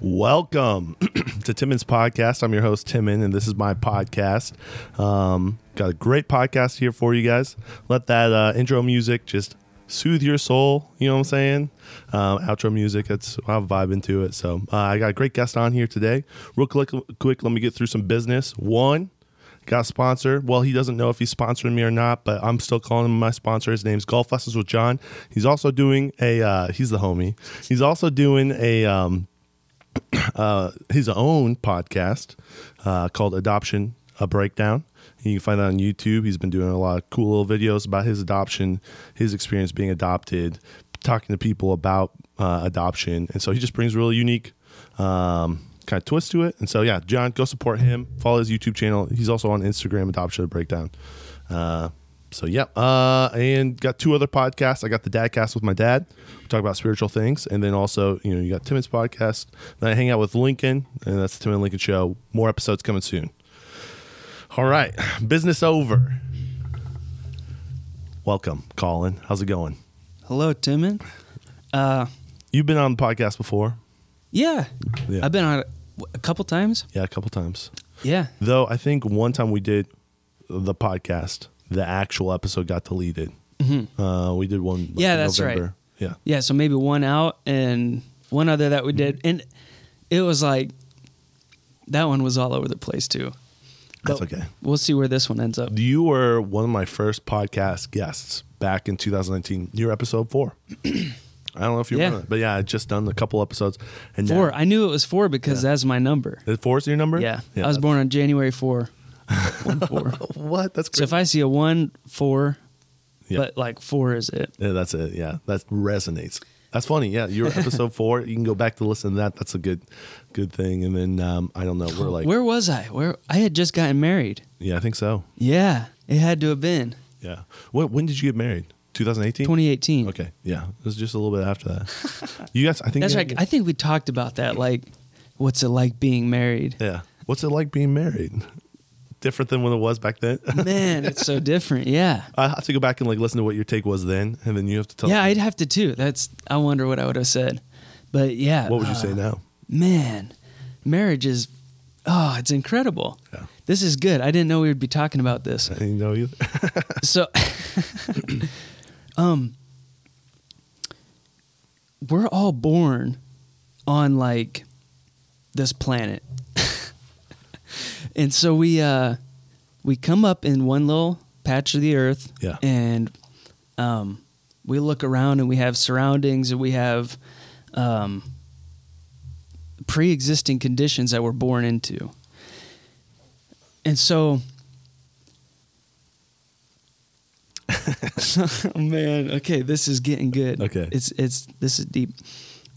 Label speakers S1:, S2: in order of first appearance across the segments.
S1: Welcome to Timmons Podcast. I'm your host, Timon, and this is my podcast. Um, got a great podcast here for you guys. Let that uh, intro music just soothe your soul. You know what I'm saying? Um, outro music, that's I'll vibe into it. So uh, I got a great guest on here today. Real quick, quick, let me get through some business. One, got sponsored. Well, he doesn't know if he's sponsoring me or not, but I'm still calling him my sponsor. His name's Golf Lessons with John. He's also doing a. Uh, he's the homie. He's also doing a. Um, uh, his own podcast uh, called Adoption a Breakdown. You can find that on YouTube. He's been doing a lot of cool little videos about his adoption, his experience being adopted, talking to people about uh, adoption, and so he just brings really unique um, kind of twist to it. And so yeah, John, go support him. Follow his YouTube channel. He's also on Instagram, Adoption a Breakdown. Uh, so yeah, uh, and got two other podcasts. I got the Dadcast with my dad. We talk about spiritual things, and then also you know you got Timmons podcast. Then I hang out with Lincoln, and that's the Tim and Lincoln show. More episodes coming soon. All right, business over. Welcome, Colin. How's it going?
S2: Hello, Timon. Uh,
S1: You've been on the podcast before,
S2: yeah.
S1: Yeah.
S2: I've been on it w- a couple times.
S1: yeah, a couple times.
S2: Yeah.
S1: Though I think one time we did the podcast, the actual episode got deleted. Uh, we did one. like,
S2: Mm-hmm. Yeah,
S1: in
S2: that's right.
S1: November. Yeah,
S2: Yeah. So maybe one out and one other that we
S1: Mm-hmm.
S2: did. And it was like, that one was all over the place too.
S1: that's
S2: But
S1: okay.
S2: We'll see where this one ends up.
S1: You were one of my first podcast guests back in 2019. You're episode four. I don't know if you
S2: Yeah.
S1: remember, that, but yeah, I just done a couple episodes. And now-
S2: Four. I knew it was four because that's my number.
S1: Is four is your number?
S2: Yeah. I was born on January 4. One four.
S1: What? That's
S2: so
S1: crazy.
S2: if I see a one, four,
S1: Yeah.
S2: but like four is it.
S1: yeah, that's it. Yeah, that resonates. That's funny. Yeah, you're episode four. You can go back to listen to that. That's a good, good thing. And then um, I don't know. We're like,
S2: Where was I? Where I had just gotten married.
S1: yeah, I think so.
S2: Yeah. It had to have been
S1: Yeah. When, when did you get married? 2018.
S2: 2018.
S1: Okay. Yeah, it was just a little bit after that. you guys, I think
S2: That's
S1: you-
S2: right. I think we talked about that. Like, what's it like being married?
S1: Yeah. What's it like being married? Different than when it was back then.
S2: Man, it's so different. Yeah.
S1: I have to go back and like listen to what your take was then, and then you have to tell.
S2: Yeah,
S1: me
S2: I'd have to too. That's, I wonder what I would have said. But yeah.
S1: what would you say
S2: uh,
S1: now?
S2: Man, marriage is, oh, it's incredible.
S1: Yeah.
S2: This is good. I didn't know we would be talking about this.
S1: You know, you
S2: so um we're all born on like this planet and so we uh we come up in one little patch of the earth
S1: Yeah.
S2: and um we look around and we have surroundings and we have um pre-existing conditions that we're born into and so oh man okay this is getting good
S1: Okay.
S2: it's it's this is deep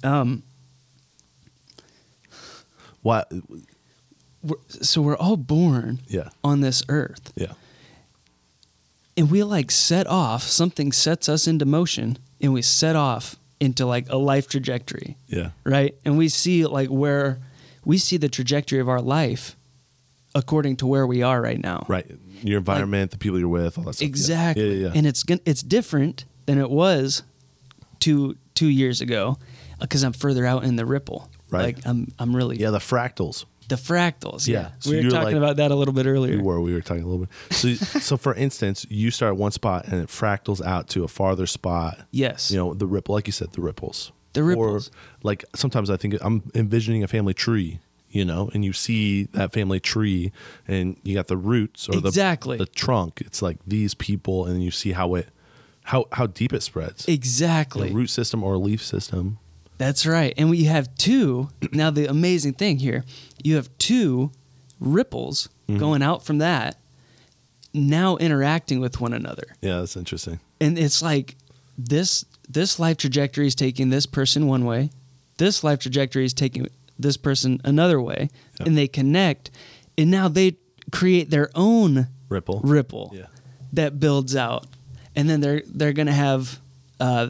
S2: um
S1: why?
S2: we're, so we're all born
S1: Yeah,
S2: on this earth
S1: yeah,
S2: and we like set off something sets us into motion and we set off into like a life trajectory
S1: yeah,
S2: right and we see like where we see the trajectory of our life according to where we are right now
S1: right. Your environment, the people you're with, all that stuff. Yeah.
S2: Exactly.
S1: Yeah, yeah. yeah.
S2: And it's gon- it's different than it was two two years ago because I'm further out in the ripple.
S1: Right.
S2: Like I'm I'm really
S1: yeah, the fractals.
S2: the fractals.
S1: Yeah.
S2: Yeah.
S1: So
S2: we were
S1: you're
S2: talking
S1: like-
S2: about that a little bit earlier.
S1: We were. We were talking a little bit. So, so for instance, you start at one spot and it fractals out to a farther spot.
S2: Yes.
S1: You know, the ripple, like you said, the ripples.
S2: The ripples.
S1: Or like sometimes I think I'm envisioning a family tree. You know, and you see that family tree, and you got the roots or
S2: Exactly.
S1: the the trunk. It's like these people, and you see how it, how how deep it spreads.
S2: exactly.
S1: A root system or a leaf system.
S2: That's right. And we have two. Now, the amazing thing here, you have two ripples
S1: Mm-hmm.
S2: going out from that now interacting with one another.
S1: Yeah, that's interesting.
S2: and it's like this this life trajectory is taking this person one way this life trajectory is taking this person another way
S1: Yeah.
S2: and they connect and now they create their own
S1: Ripple.
S2: ripple
S1: Yeah.
S2: that builds out and then they're they're gonna have uh,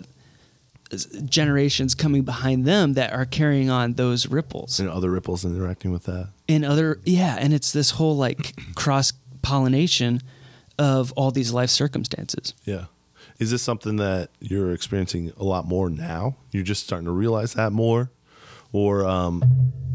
S2: s- generations coming behind them that are carrying on those ripples
S1: And other ripples interacting with that.
S2: and other yeah and it's this whole like cross pollination of all these life circumstances
S1: Yeah. Is this something that you're experiencing a lot more now? You're just starting to realize that more? or um,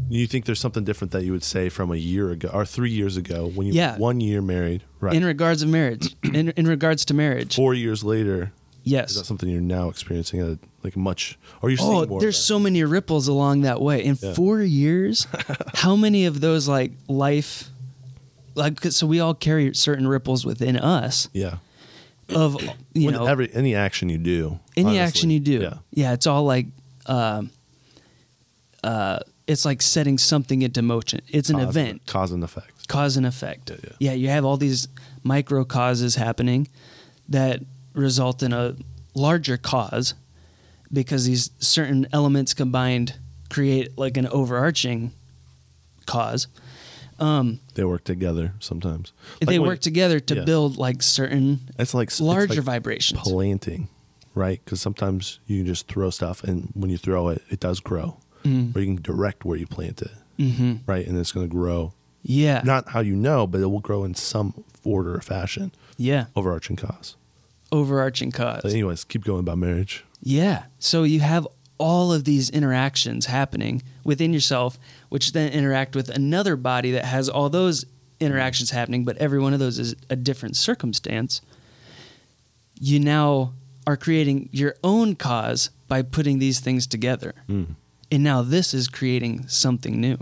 S1: you think there's something different that you would say from a year ago or three years ago when you
S2: Yeah.
S1: one year married, right?
S2: in regards of marriage, in, in regards to marriage.
S1: Four years later, is that
S2: yes.
S1: something you're now experiencing at a, like much, or you're seeing
S2: Oh,
S1: more? of
S2: there's
S1: that?
S2: so many ripples along that way. In four years, how many of those like life, like 'cause- so we all carry certain ripples within us
S1: yeah.
S2: of you
S1: When
S2: know
S1: every any action you do,
S2: any
S1: honestly.
S2: action you do.
S1: yeah,
S2: it's all like, um, uh, it's like setting something into motion. It's an
S1: Cause-
S2: event.
S1: cause and effect.
S2: cause and effect.
S1: yeah.
S2: you have all these micro causes happening that result in a larger cause because these certain elements combined create like an overarching cause. Um,
S1: They work together sometimes. Like
S2: they
S1: when-
S2: work together to
S1: yeah.
S2: build like certain
S1: It's like it's
S2: larger
S1: like
S2: vibrations.
S1: planting, right? Because sometimes you can just throw stuff, and when you throw it, it does grow.
S2: Mm-hmm.
S1: Or you can direct where you plant it, mm-hmm. right? And it's going to grow.
S2: yeah.
S1: Not how you know, but it will grow in some order or fashion.
S2: yeah.
S1: Overarching cause.
S2: Overarching cause.
S1: But anyways, keep going about marriage.
S2: Yeah. So you have all of these interactions happening within yourself, which then interact with another body that has all those interactions happening, but every one of those is a different circumstance. You now are creating your own cause by putting these things together. And now this is creating something new.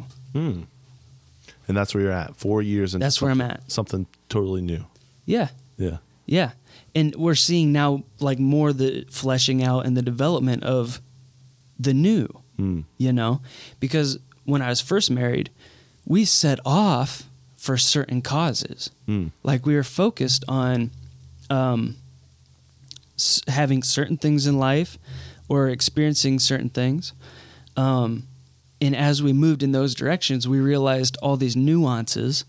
S1: And that's where you're at. Four years and
S2: That's where I'm at.
S1: something totally new.
S2: Yeah.
S1: Yeah.
S2: Yeah. And we're seeing now like more the fleshing out and the development of the new, you know, because when I was first married, we set off for certain causes. Like we were focused on um, s- having certain things in life or experiencing certain things. Um, and as we moved in those directions, we realized all these nuances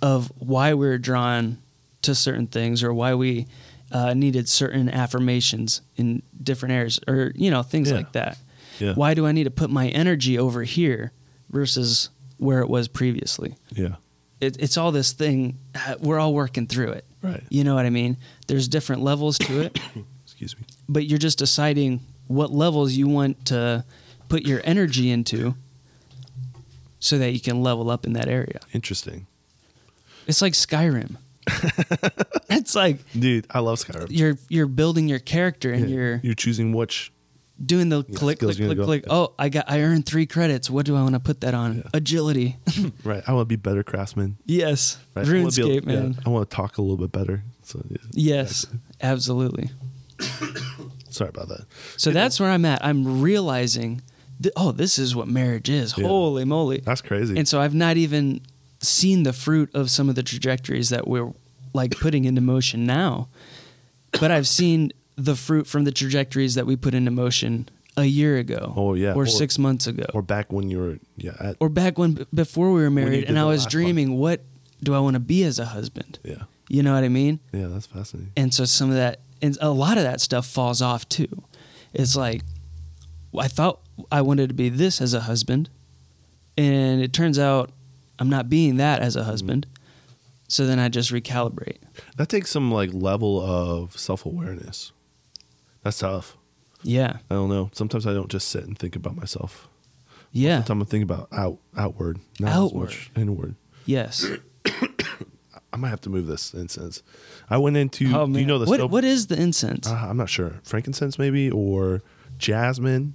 S2: of why we were drawn to certain things or why we uh, needed certain affirmations in different areas or, you know, things
S1: Yeah.
S2: like that.
S1: Yeah.
S2: Why do I need to put my energy over here versus where it was previously?
S1: Yeah.
S2: It, it's all this thing. We're all working through it.
S1: Right.
S2: You know what I mean? There's different levels to it
S1: Excuse me.
S2: but you're just deciding what levels you want to put your energy into so that you can level up in that area.
S1: Interesting.
S2: It's like Skyrim. it's like
S1: Dude, I love Skyrim.
S2: you're you're building your character and you're
S1: you're choosing which
S2: doing the click
S1: skills
S2: click
S1: you're
S2: click
S1: gonna
S2: click.
S1: go-
S2: Oh, I got I earned 3 credits. What do I want to put that on? Agility.
S1: right. I want to be better craftsman.
S2: yes.
S1: Right? I wanna be
S2: RuneScape,
S1: able- yeah,
S2: man.
S1: I want to talk a little bit better. So yeah.
S2: Yes. Absolutely.
S1: Sorry about that.
S2: So that's where I'm at. I'm realizing th- oh, this is what marriage is.
S1: Yeah.
S2: Holy moly.
S1: That's crazy.
S2: And so I've not even seen the fruit of some of the trajectories that we're like putting into motion now. But I've seen the fruit from the trajectories that we put into motion a year ago.
S1: Oh, yeah.
S2: Or,
S1: Or-
S2: six months ago.
S1: or
S2: Or,
S1: back when you were yeah at,
S2: back when b- before we were married
S1: did
S2: and I
S1: the
S2: was
S1: last
S2: dreaming, what do I want to be as a husband?
S1: yeah
S2: You know what I mean?
S1: yeah that's fascinating.
S2: and so some of that and a lot of that stuff falls off too it's like i thought i wanted to be this as a husband and it turns out i'm not being that as
S1: Mm-hmm.
S2: a husband so then i just recalibrate
S1: That takes some like level of self awareness. That's tough.
S2: yeah
S1: I don't know. Sometimes I don't just sit and think about myself.
S2: yeah
S1: Sometimes I think about out outward, not as
S2: Outward.
S1: much inward.
S2: yes
S1: I might have to move this incense. I went into
S2: oh
S1: do
S2: man
S1: you know the
S2: what,
S1: soap-
S2: what is the incense
S1: Uh, I'm not sure frankincense maybe or jasmine.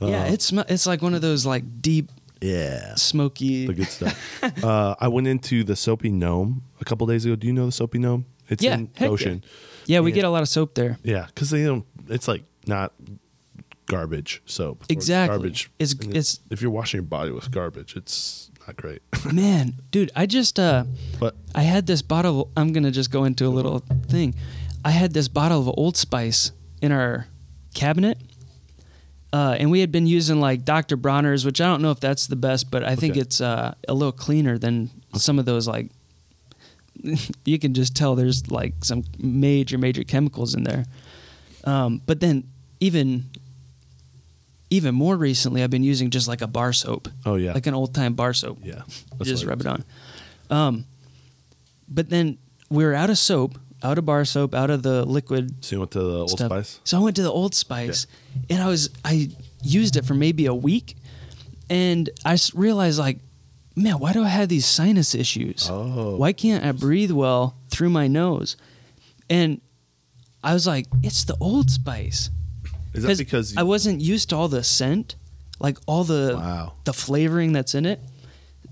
S2: yeah
S1: Uh,
S2: it's it's like one of those like deep
S1: yeah.
S2: smoky
S1: the good stuff. uh, I went into the Soapy Gnome a couple days ago. Do you know the Soapy Gnome? It's
S2: Yeah,
S1: in
S2: heck yeah.
S1: Ocean.
S2: yeah we
S1: Yeah.
S2: get a lot of soap there
S1: Yeah, because they don't. It's like not garbage soap. or
S2: Exactly.
S1: Garbage.
S2: It's-
S1: And
S2: it's-
S1: if you're washing your body with garbage, it's not great.
S2: man dude i just uh
S1: but
S2: I had this bottle. I'm gonna just go into a little thing. I had this bottle of Old Spice in our cabinet, uh, and we had been using like Dr. Bronner's, which I don't know if that's the best, but I think
S1: Okay.
S2: it's uh, a little cleaner than some of those. Like, you can just tell there's like some major, major chemicals in there. Um, but then even even more recently, I've been using just like a bar soap.
S1: Oh, yeah.
S2: like an old time bar soap.
S1: yeah,
S2: You
S1: that's
S2: just
S1: what
S2: rub it on. Um, but then we were out of soap, out of bar soap, out of the liquid
S1: So you went to the Old
S2: stuff.
S1: Spice.
S2: So I went to the Old Spice, and I was I used it for maybe a week, and I s- realized like, man, why do I have these sinus issues?
S1: Oh.
S2: Why can't I breathe well through my nose? And I was like, it's the Old Spice.
S1: Is that because
S2: I wasn't used to all the scent, like all the
S1: Wow.
S2: the flavoring that's in it.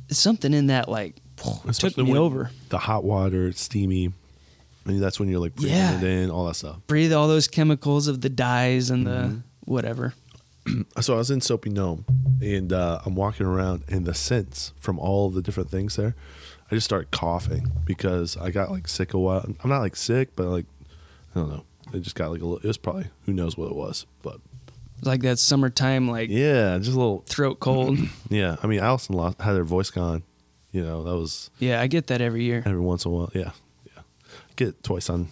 S2: Something in that like took
S1: especially
S2: me
S1: when
S2: over.
S1: The hot water, it's steamy. And that's when you're like breathing
S2: Yeah.
S1: it in, all that stuff.
S2: Breathe all those chemicals of the dyes and
S1: Mm-hmm.
S2: the whatever.
S1: So I was in Soapy Gnome, and uh, I'm walking around, and the scents from all the different things there, I just started coughing because I got like sick a while. I'm not like sick, but like I don't know. I just got like a little. It was probably who knows what it was, but
S2: Like that summertime like
S1: yeah, just a little.
S2: throat cold.
S1: Yeah, I mean, Allison lost, had her voice gone. You know, that was
S2: yeah, I get that every year.
S1: every once in a while. Yeah, yeah. Get it twice on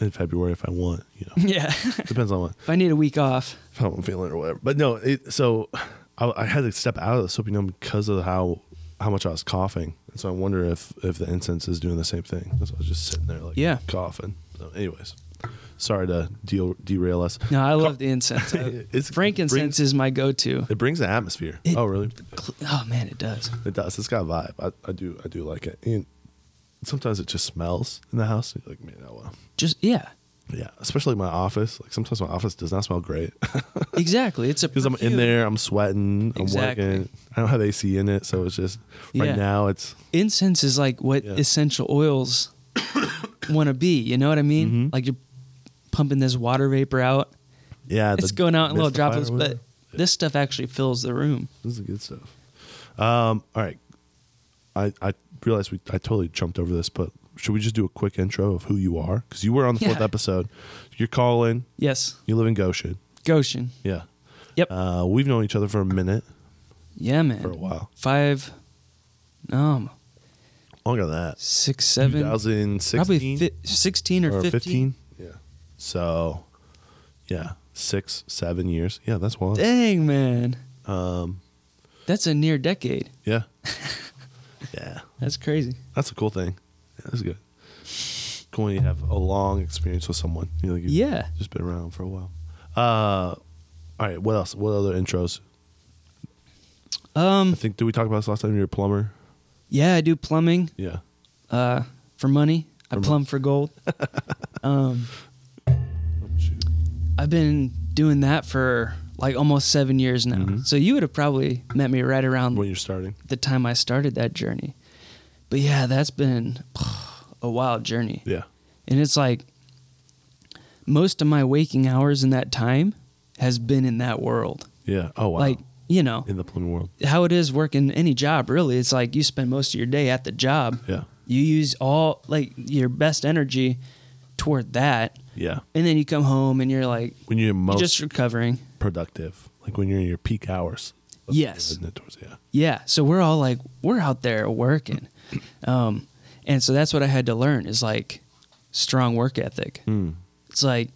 S1: in February if I want. You know,
S2: Yeah.
S1: depends on what.
S2: if I need a week off.
S1: if I'm feeling or whatever. But no, it, so I, I had to step out of the soapy gnome because of how how much I was coughing, and so I wonder if if the incense is doing the same thing. So I was just sitting there like
S2: Yeah.
S1: coughing. So, anyways, sorry to deal, derail us.
S2: No, I love the incense. I-
S1: It's-
S2: frankincense
S1: brings-
S2: is my go-to.
S1: It brings the atmosphere.
S2: It-
S1: oh really?
S2: Oh man, it does.
S1: It does. It's got a vibe. I, I do I do like it. And sometimes it just smells in the house. You're like man, oh well.
S2: Just yeah,
S1: Yeah, especially my office. Like sometimes my office does not smell great.
S2: exactly. It's a
S1: because I'm in
S2: perfume.
S1: there, I'm sweating, I'm
S2: Exactly.
S1: working. I don't have AC in it, so it's just right
S2: Yeah.
S1: now it's
S2: incense is like what
S1: Yeah.
S2: essential oils want to be. You know what I mean?
S1: Mm-hmm.
S2: Like you're pumping this water vapor out.
S1: yeah,
S2: It's
S1: the
S2: going out in little
S1: mistifier,
S2: droplets, but
S1: whatever.
S2: this stuff actually fills the room.
S1: this is good stuff. Um, all right, I I realized we I totally jumped over this, but should we just do a quick intro of who you are? Because you were on the fourth
S2: Yeah.
S1: episode. You're calling.
S2: Yes,
S1: You live in Goshen.
S2: Goshen.
S1: Yeah.
S2: Yep.
S1: Uh, we've known each other for a minute,
S2: yeah, man.
S1: for a while,
S2: Five, um,
S1: longer than that.
S2: six, seven,
S1: 2016,
S2: probably fi- sixteen or,
S1: or
S2: 15.
S1: 15. Yeah. So, yeah, six, seven years. Yeah, that's wild.
S2: Dang, man.
S1: Um,
S2: That's a near decade.
S1: yeah, yeah,
S2: That's crazy.
S1: that's a cool thing. Yeah, that's good. Cool when you have a long experience with someone. You know, you've
S2: Yeah.
S1: just been around for a while. Uh, all right, what else? What other intros? I
S2: Um,
S1: think did we talk about this last time? You're a plumber.
S2: yeah, I do plumbing.
S1: Yeah,
S2: Uh, for money. I
S1: For mon-
S2: plumb for gold. um,
S1: Oh, shoot.
S2: I've been doing that for like almost seven years now.
S1: Mhm.
S2: So you would have probably met me right around
S1: when you're starting.
S2: the time I started that journey. But yeah, that's been a wild journey.
S1: Yeah,
S2: And it's like most of my waking hours in that time has been in that world.
S1: yeah. Oh wow.
S2: Like, you know,
S1: in the plumbing world.
S2: how it is working any job, really. It's like you spend most of your day at the job.
S1: Yeah,
S2: You use all, like, your best energy toward that.
S1: yeah.
S2: And then you come home and you're like,
S1: When you're most
S2: you're just recovering.
S1: productive, like when you're in your peak hours.
S2: Yes.
S1: Isn't it towards- Yeah.
S2: Yeah. So we're all like, we're out there working. Um, and so that's what I had to learn is like strong work ethic.
S1: Mm.
S2: It's like,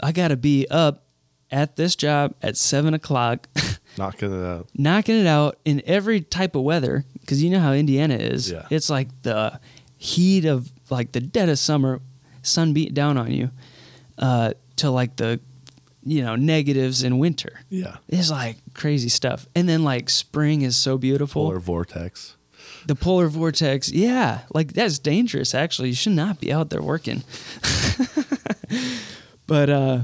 S2: I got to be up at this job at seven o'clock,
S1: Knocking it out.
S2: knocking it out in every type of weather. Cause you know how Indiana is.
S1: Yeah.
S2: It's like the heat of like the dead of summer, sun beat down on you, uh, to like the, you know, negatives in winter.
S1: Yeah.
S2: It's like crazy stuff. And then like spring is so beautiful.
S1: Polar vortex.
S2: The polar vortex, yeah, like that's dangerous. Actually, you should not be out there working. but uh,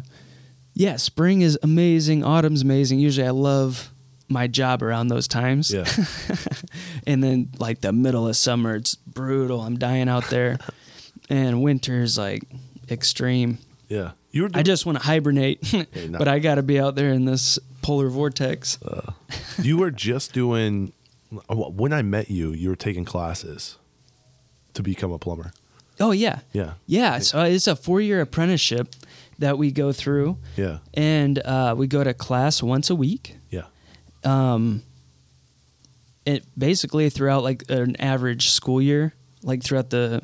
S2: yeah, spring is amazing. Autumn's amazing. Usually, I love my job around those times.
S1: Yeah.
S2: and then like the middle of summer, it's brutal. I'm dying out there, and winter is like extreme.
S1: Yeah. You were
S2: I
S1: doing,
S2: just want to hibernate,
S1: no.
S2: but I got to be out there in this polar vortex.
S1: you were just doing when I met you, you were taking classes to become a plumber.
S2: oh yeah,
S1: Yeah.
S2: Yeah, so it's a four year apprenticeship that we go through,
S1: Yeah.
S2: and uh, we go to class once a week.
S1: Yeah.
S2: Um, it basically throughout like an average school year, like throughout the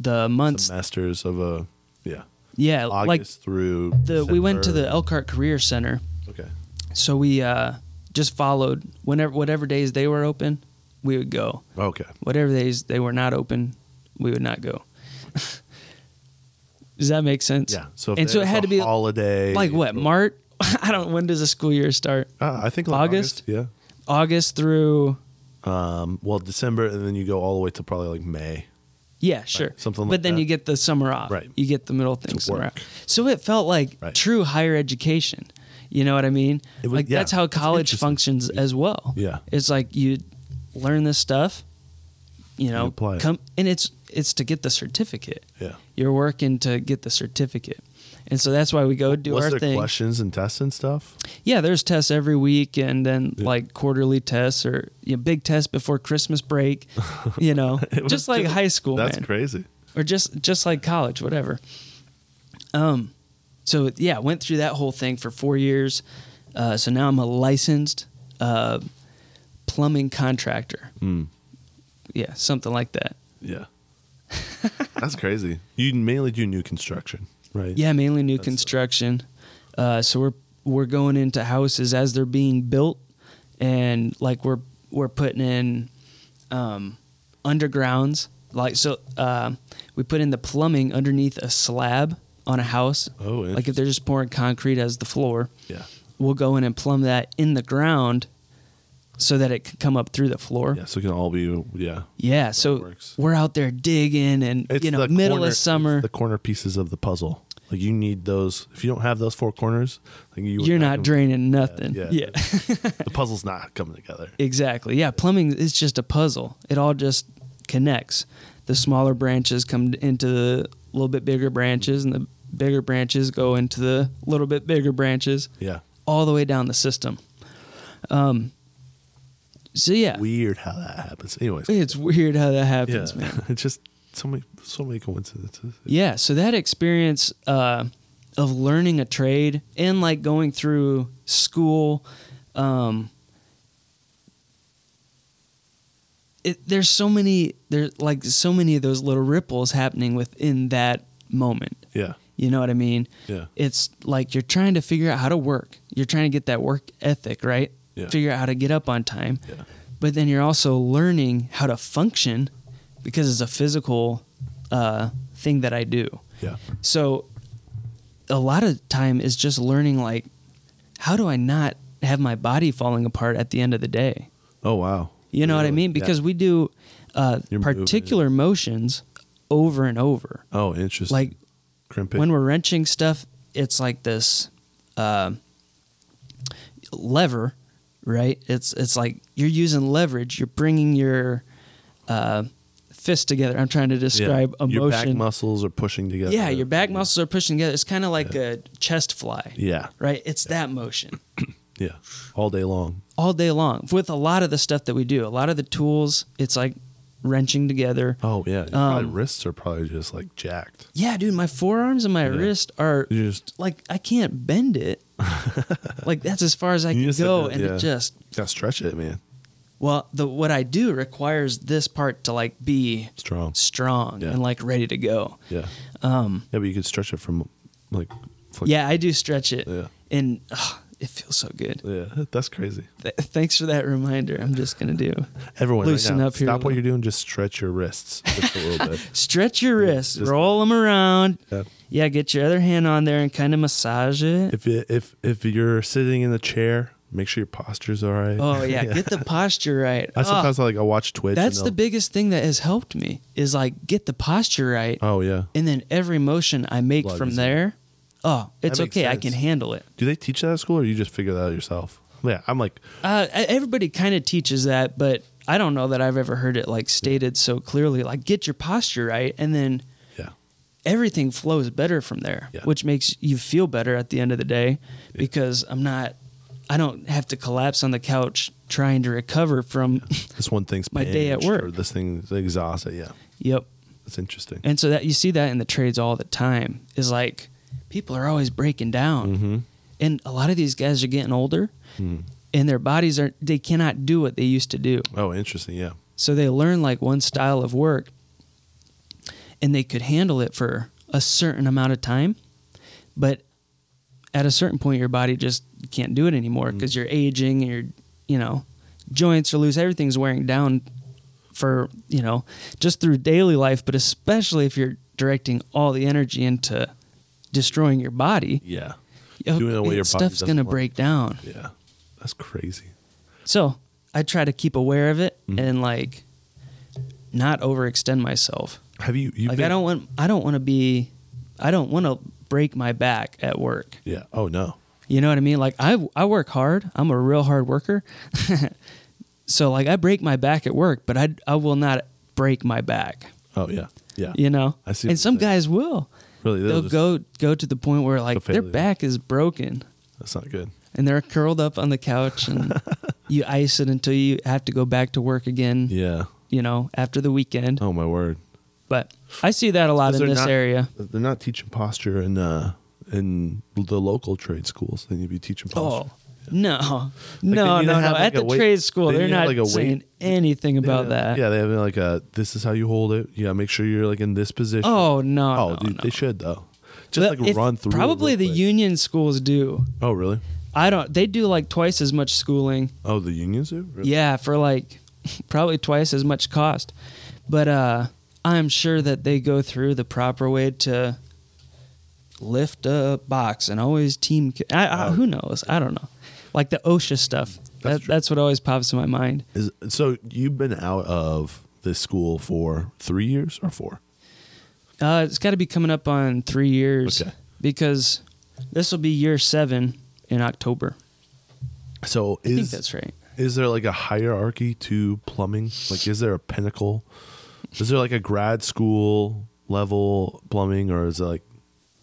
S2: the months.
S1: Semesters of a yeah.
S2: yeah,
S1: August
S2: like
S1: through
S2: the we went to the
S1: December.
S2: Elkhart Career Center,
S1: Okay.
S2: so we uh, just followed whenever whatever days they were open, we would go.
S1: Okay.
S2: Whatever days they were not open, we would not go. Does that make sense?
S1: Yeah. So if
S2: and so it
S1: was
S2: had
S1: a
S2: to be
S1: holiday
S2: like what
S1: or-
S2: March I don't. When does the school year start?
S1: Uh, I think like
S2: August?
S1: Yeah.
S2: August through.
S1: Um, well, December, and then you go all the way to probably like May.
S2: Yeah, sure.
S1: something
S2: But
S1: like
S2: then
S1: that.
S2: you get the summer off.
S1: Right.
S2: You get the middle thing summer
S1: work.
S2: off. So it felt like
S1: Right.
S2: true higher education. You know what I mean?
S1: It was-
S2: like
S1: yeah,
S2: that's how
S1: it's
S2: college
S1: interesting.
S2: functions as well.
S1: Yeah.
S2: It's like you learn this stuff, you know,
S1: apply it.
S2: come and it's it's to get the certificate.
S1: Yeah.
S2: You're working to get the certificate. And so that's why we go do
S1: Was
S2: our
S1: there
S2: thing.
S1: questions and tests and stuff?
S2: Yeah, there's tests every week, and then
S1: Yeah.
S2: like quarterly tests or you know, big tests before Christmas break. You know,
S1: It was
S2: just like high school,
S1: That's
S2: man,
S1: crazy.
S2: or just just like college, whatever. Um, so yeah, went through that whole thing for four years. Uh, so now I'm a licensed uh, plumbing contractor.
S1: Hmm.
S2: Yeah, something like that.
S1: Yeah. That's crazy. You mainly do new construction, right?
S2: Yeah, mainly new construction. Uh, so we're we're going into houses as they're being built, and like we're we're putting in um, undergrounds. Like so, uh, we put in the plumbing underneath a slab on a house.
S1: Oh,
S2: like if they're just pouring concrete as the floor,
S1: Yeah.
S2: we'll go in and plumb that in the ground, so that it can come up through the floor.
S1: Yeah. So it can all be, yeah.
S2: Yeah, so
S1: works.
S2: we're out there digging, and
S1: It's
S2: you know,
S1: the
S2: middle
S1: corner-
S2: of summer,
S1: it's the corner pieces of the puzzle. Like you need those. If you don't have those four corners, like you
S2: you're not
S1: gonna-
S2: draining nothing.
S1: yeah.
S2: yeah.
S1: The puzzle's not coming together.
S2: Exactly. Yeah, plumbing is just a puzzle. It all just connects. The smaller branches come into the little bit bigger branches, and the bigger branches go into the little bit bigger branches,
S1: Yeah.
S2: all the way down the system. Um. So yeah,
S1: Weird how that happens. Anyways.
S2: it's weird how that
S1: yeah.
S2: happens, man.
S1: it's just so many, so many coincidences.
S2: Yeah. So that experience uh, of learning a trade and like going through school, um, it, there's so many there's like so many of those little ripples happening within that moment.
S1: Yeah.
S2: You know what I mean?
S1: Yeah.
S2: It's like you're trying to figure out how to work. You're trying to get that work ethic, right?
S1: Yeah.
S2: Figure out how to get up on time.
S1: Yeah.
S2: But then you're also learning how to function because it's a physical uh, thing that I do.
S1: Yeah.
S2: So a lot of time is just learning like how do I not have my body falling apart at the end of the day?
S1: Oh wow.
S2: You know what I
S1: Really?
S2: mean?
S1: Yeah.
S2: Because we do uh,
S1: You're moving,
S2: particular motions over and over.
S1: Oh, interesting.
S2: Like
S1: crimping.
S2: when we're wrenching stuff, it's like this uh, lever, right? It's it's like you're using leverage. You're bringing your uh, fist together. I'm trying to describe a
S1: Your back
S2: motion.
S1: muscles are pushing together.
S2: yeah, your back muscles are pushing together. It's kind of like a chest fly,
S1: Yeah.
S2: right? It's that motion
S1: Yeah. All day long.
S2: all day long with a lot of the stuff that we do. A lot of the tools, it's like wrenching together.
S1: Oh yeah. My
S2: Um,
S1: wrists are probably just like jacked.
S2: Yeah, dude, my forearms and my wrist are
S1: You just
S2: like I can't bend it. like that's as far as I
S1: You
S2: can
S1: just said
S2: go,
S1: that,
S2: and
S1: yeah.
S2: it just
S1: gotta stretch it, man.
S2: well, the what I do requires this part to like be
S1: Strong.
S2: strong
S1: Yeah.
S2: and like ready to go.
S1: Yeah.
S2: Um,
S1: Yeah, but you could stretch it from like. flex-
S2: yeah, I do stretch it,
S1: Yeah.
S2: and ugh, it feels so good.
S1: Yeah. That's crazy.
S2: Th- thanks for that reminder. I'm just gonna do
S1: Everyone,
S2: Loosen
S1: right now,
S2: up here a
S1: Stop what
S2: little.
S1: you're doing. Just stretch your wrists just a little bit.
S2: stretch your wrists,
S1: just-
S2: roll them around.
S1: Yeah.
S2: Yeah, get your other hand on there and kind of massage it.
S1: If you, if if you're sitting in the chair, make sure your posture's all right.
S2: Oh yeah, get the posture right.
S1: I
S2: Oh,
S1: sometimes like I watch Twitch. and
S2: that's the
S1: they'll-
S2: biggest thing that has helped me is like get the posture right.
S1: Oh yeah.
S2: and then every motion I make
S1: Plug
S2: from
S1: is in.
S2: there, oh, it's
S1: makes
S2: okay. I
S1: sense.
S2: can handle it.
S1: Do they teach that at school, or you just figure that out yourself? Yeah, I'm like,
S2: Uh, e- everybody kind of teaches that, but I don't know that I've ever heard it like stated so clearly. Like, get your posture right, and then
S1: yeah,
S2: everything flows better from there,
S1: Yeah.
S2: which makes you feel better at the end of the day because I'm not, I don't have to collapse on the couch trying to recover from.
S1: this one thing's
S2: My day at
S1: pinched, or
S2: work.
S1: this thing's exhausted. Yeah,
S2: yep.
S1: that's interesting.
S2: And so that you see that in the trades all the time is like people are always breaking down. And a lot of these guys are getting older and their bodies are they cannot do what they used to do.
S1: Oh, interesting. Yeah,
S2: So they learn like one style of work and they could handle it for a certain amount of time. But at a certain point your body just can't do it anymore
S1: Mm.
S2: because you're aging and you're you know, joints are loose, everything's wearing down for, you know, just through daily life, but especially if you're directing all the energy into destroying your body,
S1: yeah.
S2: uh,
S1: Doing it away your body
S2: stuff's
S1: doesn't
S2: gonna
S1: work.
S2: break down.
S1: Yeah. That's crazy.
S2: So I try to keep aware of it
S1: Mm-hmm.
S2: and like not overextend myself.
S1: Have you? You've
S2: like
S1: been,
S2: I don't want I don't want to be I don't want to break my back at work.
S1: Yeah. Oh no.
S2: You know what I mean? Like I I work hard. I'm a real hard worker. so like I break my back at work, but I I will not break my back.
S1: Oh yeah. Yeah.
S2: You know?
S1: I see what
S2: And some
S1: you're saying.
S2: guys will.
S1: Really?
S2: They'll
S1: just-
S2: go go to the point where like their
S1: failure.
S2: back is broken
S1: That's not good.
S2: and they're curled up on the couch and you ice it until you have to go back to work again.
S1: Yeah.
S2: You know, after the weekend.
S1: Oh my word.
S2: But I see that a lot
S1: Because
S2: in
S1: they're
S2: this
S1: not-
S2: area.
S1: They're not teaching posture in uh in the local trade schools. They need to be teaching
S2: Oh
S1: posture.
S2: no,
S1: Like,
S2: no,
S1: didn't you
S2: no,
S1: have,
S2: no!
S1: like,
S2: At
S1: a
S2: the
S1: weight-
S2: trade school,
S1: didn't
S2: they're
S1: you have,
S2: not
S1: like, a weight-
S2: saying anything
S1: They
S2: about
S1: have-
S2: that.
S1: Yeah, they have like a this is how you hold it. Yeah, make sure you're like in this position.
S2: Oh no!
S1: Oh,
S2: no,
S1: dude,
S2: no.
S1: they should though. Just
S2: But
S1: like
S2: if-
S1: run through. it
S2: Probably
S1: real
S2: the
S1: quick.
S2: union schools do.
S1: Oh really?
S2: I don't. They do like twice as much schooling.
S1: Oh, the unions do. Really?
S2: Yeah, for like probably twice as much cost. But uh, I'm sure that they go through the proper way to lift a box and always team. ca- I, I, who knows? I don't know. Like the OSHA stuff.
S1: That's
S2: that,
S1: true.
S2: that's what always pops in my mind.
S1: Is, so you've been out of this school for three years or four?
S2: Uh, it's got to be coming up on three years
S1: Okay.
S2: because this will be year seven in October.
S1: So
S2: I think
S1: is
S2: that's right.
S1: is there like a hierarchy to plumbing? Like, is there a pinnacle? Is there like a grad school level plumbing, or is it like,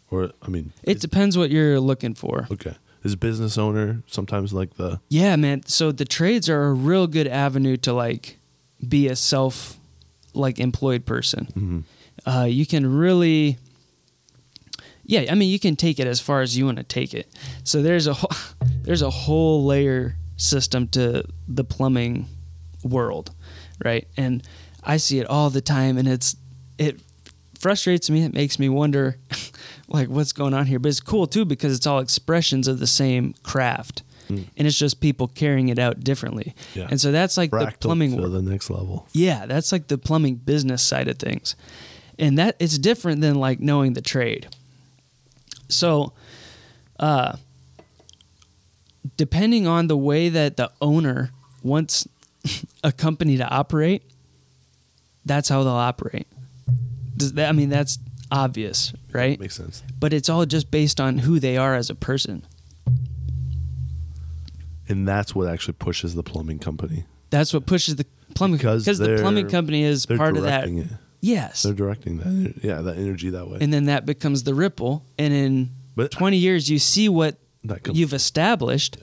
S1: or I mean,
S2: It depends what you're looking for.
S1: okay, is business owner sometimes like the
S2: Yeah, man. So the trades are a real good avenue to like be a self like employed person. Uh, you can really, yeah. I mean, you can take it as far as you want to take it. So there's a whole, there's a whole layer system to the plumbing world, right? And I see it all the time, and it's it frustrates me. It makes me wonder, like, what's going on here. But it's cool too because it's all expressions of the same craft. And it's just people carrying it out differently,
S1: Hmm. Yeah.
S2: and so that's like the
S1: fractal
S2: plumbing
S1: to
S2: world.
S1: the next level?
S2: Yeah, that's like the plumbing business side of things. And that it's different than like knowing the trade. So, uh depending on the way that the owner wants a company to operate, that's how they'll operate. Does that I mean that's obvious, right?
S1: Makes sense.
S2: But it's all just based on who they are as a person.
S1: And that's what actually pushes the plumbing company.
S2: That's what pushes the plumbing
S1: Because
S2: because the
S1: they're-
S2: plumbing company is
S1: They're
S2: part of that.
S1: directing it.
S2: Yes.
S1: They're directing that. Yeah, that energy that way.
S2: and then that becomes the ripple and in
S1: But-
S2: 20 years you see what
S1: That comes-
S2: you've established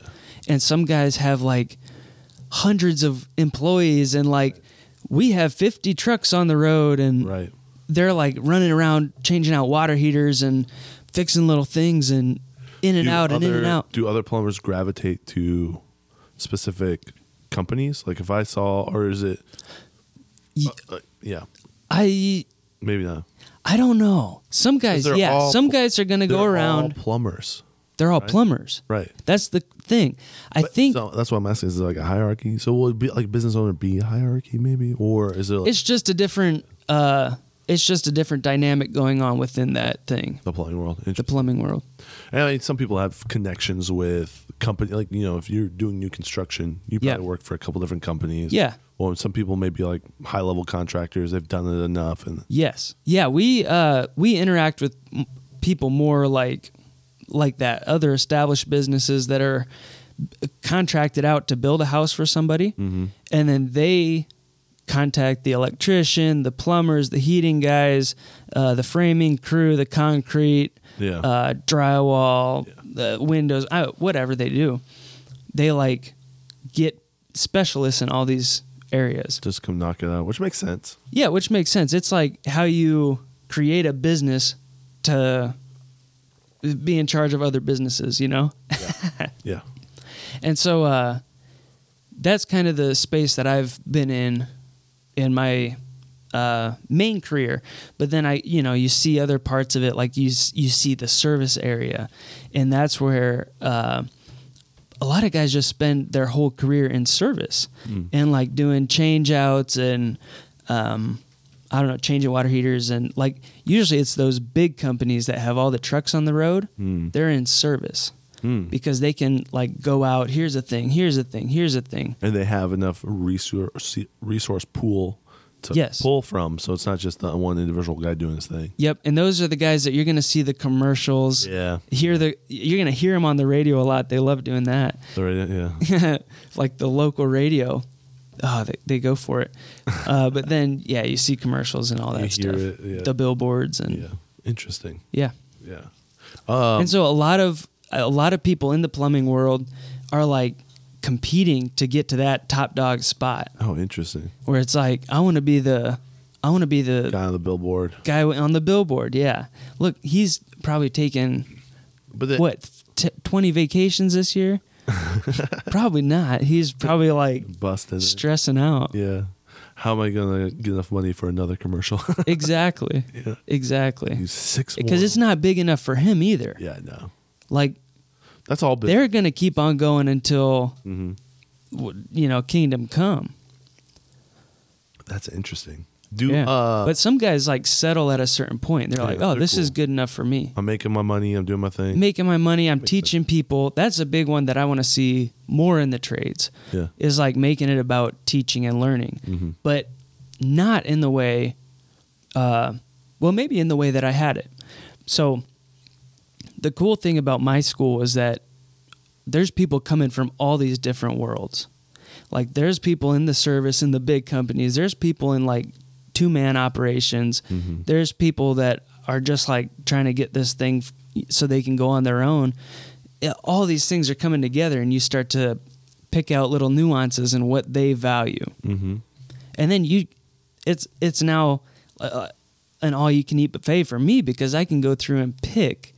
S2: and some guys have like hundreds of employees and like we have 50 trucks on the road and
S1: right.
S2: they're like running around changing out water heaters and fixing little things and in and
S1: Do
S2: out and in
S1: other-
S2: and out
S1: Do other plumbers gravitate to specific companies? Like if I saw, or is it?
S2: Y-
S1: like, yeah,
S2: i
S1: maybe not.
S2: i don't know some guys
S1: they're
S2: yeah
S1: all-
S2: some guys are gonna go
S1: They're
S2: around
S1: all plumbers,
S2: they're all plumbers
S1: right?
S2: that's the thing i think
S1: so that's what I'm asking. Is it like a hierarchy? So would be like business owner be a hierarchy maybe, or is it like
S2: it's just a different uh it's just a different dynamic going on within that thing
S1: the plumbing world?
S2: the plumbing world
S1: And I mean, some people have connections with company, like you know, if you're doing new construction, you probably
S2: Yeah.
S1: work for a couple different companies.
S2: Yeah.
S1: Well, and some people may be like high level contractors. They've done it enough, and
S2: yes yeah we uh we interact with m- people more like like that other established businesses that are uh, contracted out to build a house for somebody and then they contact the electrician the plumbers the heating guys uh, the framing crew the concrete
S1: Yeah.
S2: uh, drywall the windows I, whatever they do they like get specialists in all these areas
S1: just come knock it out, which makes sense.
S2: yeah, which makes sense. It's like how you create a business to be in charge of other businesses, you know?
S1: Yeah.
S2: and so uh, that's kind of the space that I've been in in my uh, main career. But then I, you know, you see other parts of it, like you s- you see the service area, and that's where uh, a lot of guys just spend their whole career in service and like doing change outs and. Um, I don't know, changing water heaters and like usually it's those big companies that have all the trucks on the road. They're in service. because they can like go out. Here's a thing. Here's a thing. Here's a thing.
S1: and they have enough resource resource pool to
S2: Yes.
S1: pull from. So it's not just the one individual guy doing his thing.
S2: Yep, and those are the guys that you're going to see the commercials.
S1: Yeah.
S2: Hear the you're going to hear them on the radio a lot. They love doing that.
S1: The radio- yeah.
S2: like the local radio. Oh, they, they go for it. Uh, but then yeah, you see commercials and all that
S1: You
S2: stuff.
S1: hear it, yeah.
S2: The billboards and
S1: Yeah. Interesting.
S2: yeah.
S1: Yeah. Um,
S2: and so a lot of a lot of people in the plumbing world are like competing to get to that top dog spot
S1: Oh, interesting.
S2: where it's like I want to be the I want to be the
S1: Guy on the billboard.
S2: guy on the billboard. Yeah. Look, he's probably taken
S1: But the,
S2: what t- 20 vacations this year? probably not. He's probably like
S1: Busted. it.
S2: stressing out.
S1: Yeah. How am I gonna get enough money for another commercial?
S2: Exactly.
S1: Yeah.
S2: Exactly.
S1: These six.
S2: Because it's
S1: more-
S2: not big enough for him either.
S1: Yeah. No.
S2: Like
S1: That's all. But
S2: they're going to keep on going until
S1: Mhm.
S2: w- you know, kingdom come.
S1: that's interesting. Do
S2: yeah.
S1: uh,
S2: but some guys like settle at a certain point. They're
S1: Yeah,
S2: like, "Oh,
S1: they're
S2: this is
S1: cool.
S2: good enough for me."
S1: I'm making my money. I'm doing my thing.
S2: making my money. I'm teaching people. That's a big one that I want to see more in the trades.
S1: Yeah.
S2: Is like making it about teaching and learning, but not in the way. Uh, well, maybe in the way that I had it. So, the cool thing about my school is that there's people coming from all these different worlds. Like there's people in the service in the big companies. There's people in like two man operations. There's people that are just like trying to get this thing f- so they can go on their own. Yeah, All these things are coming together, and you start to pick out little nuances and what they value.
S1: Mm-hmm.
S2: And then you, it's it's now uh, an all you can eat buffet for me because I can go through and pick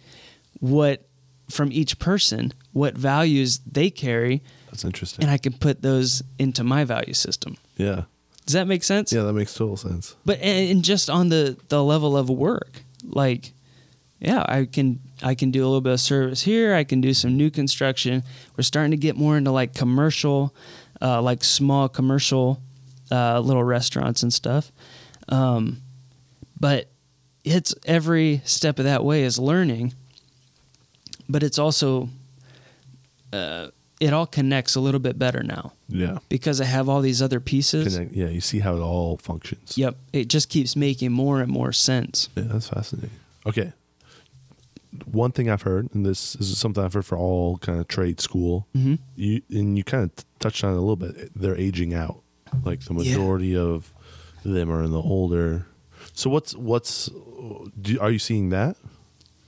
S2: what from each person what values they carry
S1: That's interesting.
S2: and I can put those into my value system.
S1: yeah.
S2: Does that make sense?
S1: Yeah. That makes total sense.
S2: But and, and just on the the level of work, like, yeah, I can I can do a little bit of service here. I can do some new construction. We're starting to get more into like commercial, uh, like small commercial, uh, little restaurants and stuff. Um, but it's every step of that way is learning. But it's also, uh, it all connects a little bit better now
S1: Yeah.
S2: because I have all these other pieces.
S1: Connect, yeah. You see how it all functions.
S2: Yep, it just keeps making more and more sense.
S1: Yeah, that's fascinating. Okay. One thing I've heard, and this is something I've heard for all kind of trade school,
S2: Mhm.
S1: you and you kind of t- touched on it a little bit. They're aging out. Like the
S2: Yeah.
S1: majority of them are in the older. So what's what's do, are you seeing that?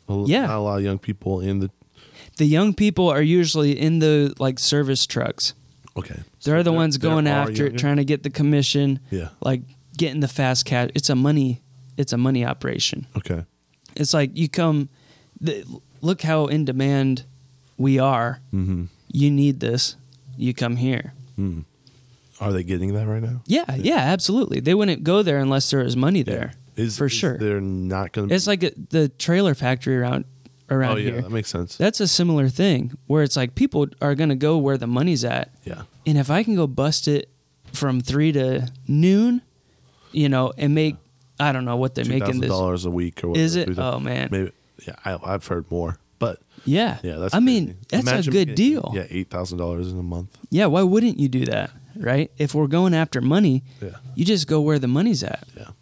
S1: A l-
S2: Yeah.
S1: not a lot of young people in the.
S2: The young people are usually in the like service trucks.
S1: Okay, So
S2: They're the ones going
S1: are
S2: after it,
S1: younger?
S2: trying to get the commission.
S1: Yeah.
S2: like getting the fast cash. It's a money. It's a money operation.
S1: Okay,
S2: It's like you come. The, look how in demand we are.
S1: hmm
S2: You need this. You come here.
S1: are they getting that right now?
S2: Yeah, yeah, absolutely. They wouldn't go there unless there was money there.
S1: Is
S2: for
S1: is
S2: sure.
S1: They're not going. to
S2: It's like a, the trailer factory around around
S1: oh yeah,
S2: here.
S1: that makes sense.
S2: that's a similar thing where it's like people are going to go where the money's at.
S1: yeah,
S2: And if I can go bust it from three to noon, you know, and make, I don't know what they're
S1: two
S2: making
S1: thousand
S2: this.
S1: dollars a week or whatever.
S2: Is it?
S1: $3,000.
S2: Oh, man.
S1: maybe yeah I, i've heard more but
S2: Yeah.
S1: yeah that's
S2: I mean,
S1: crazy.
S2: that's
S1: Imagine
S2: a good
S1: getting-
S2: deal.
S1: yeah eight thousand dollars in a month
S2: Yeah, Why wouldn't you do that? Right. If we're going after money,
S1: Yeah.
S2: you just go where the money's at.
S1: yeah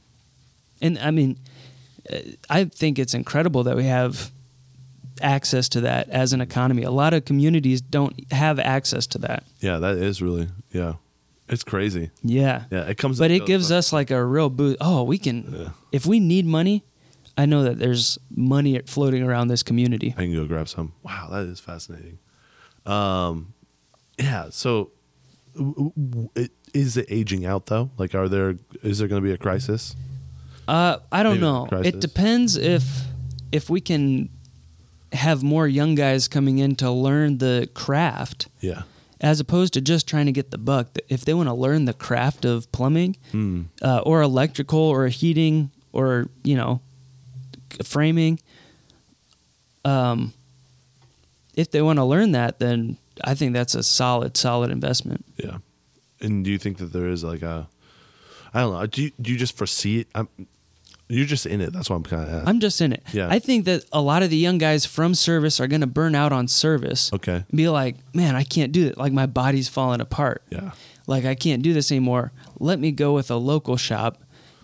S2: And I mean, uh, I think it's incredible that we have access to that as an economy. A lot of communities don't have access to that.
S1: yeah that is really yeah it's crazy
S2: Yeah.
S1: yeah it comes
S2: but
S1: and
S2: it
S1: goes,
S2: gives
S1: but-
S2: us like a real boost. Oh, we can
S1: Yeah.
S2: if we need money. I know that there's money floating around this community.
S1: i can go grab some wow that is fascinating um yeah so w- w- it, is it aging out though like are there is there going to be a crisis
S2: Uh, I don't
S1: Maybe
S2: know.
S1: crisis.
S2: It depends if if we can have more young guys coming in to learn the craft
S1: yeah
S2: as opposed to just trying to get the buck. If they want to learn the craft of plumbing
S1: Hmm.
S2: uh, or electrical or heating or you know framing, um, if they want to learn that, then I think that's a solid, solid investment.
S1: Yeah. And do you think that there is like a I don't know. Do you, do you just foresee it? I'm, You're just in it. That's why I'm kind of.
S2: I'm just in it.
S1: Yeah.
S2: I think that a lot of the young guys from service are going to burn out on service.
S1: Okay.
S2: And be like, man, I can't do it. Like my body's falling apart.
S1: Yeah.
S2: Like I can't do this anymore. Let me go with a local shop,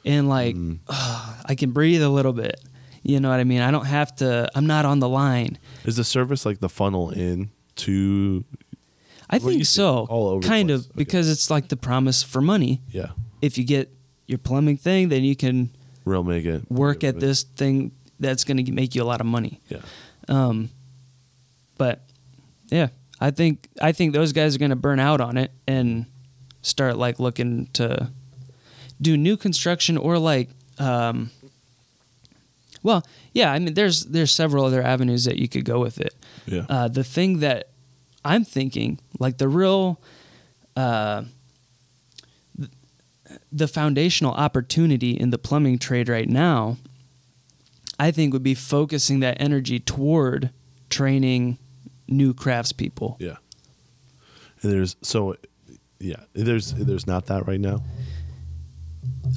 S2: and like
S1: Mm.
S2: ah, I can breathe a little bit. You know what I mean? I don't have to. I'm not on the line.
S1: Is the service like the funnel in to?
S2: I
S1: Well, you see
S2: think so.
S1: all over the
S2: kind
S1: place.
S2: of
S1: Okay.
S2: because it's like the promise for money.
S1: Yeah.
S2: If you get your plumbing thing, then you can
S1: Real make it
S2: work at
S1: Yeah.
S2: this thing that's going to make you a lot of money.
S1: Yeah.
S2: But yeah, I think I think those guys are going to burn out on it and start like looking to do new construction or like um well, yeah, I mean there's there's several other avenues that you could go with it.
S1: Yeah.
S2: Uh the thing that I'm thinking, like the real uh th- the foundational opportunity in the plumbing trade right now I think would be focusing that energy toward training new craftspeople.
S1: Yeah. And there's so, yeah. There's there's not that right now.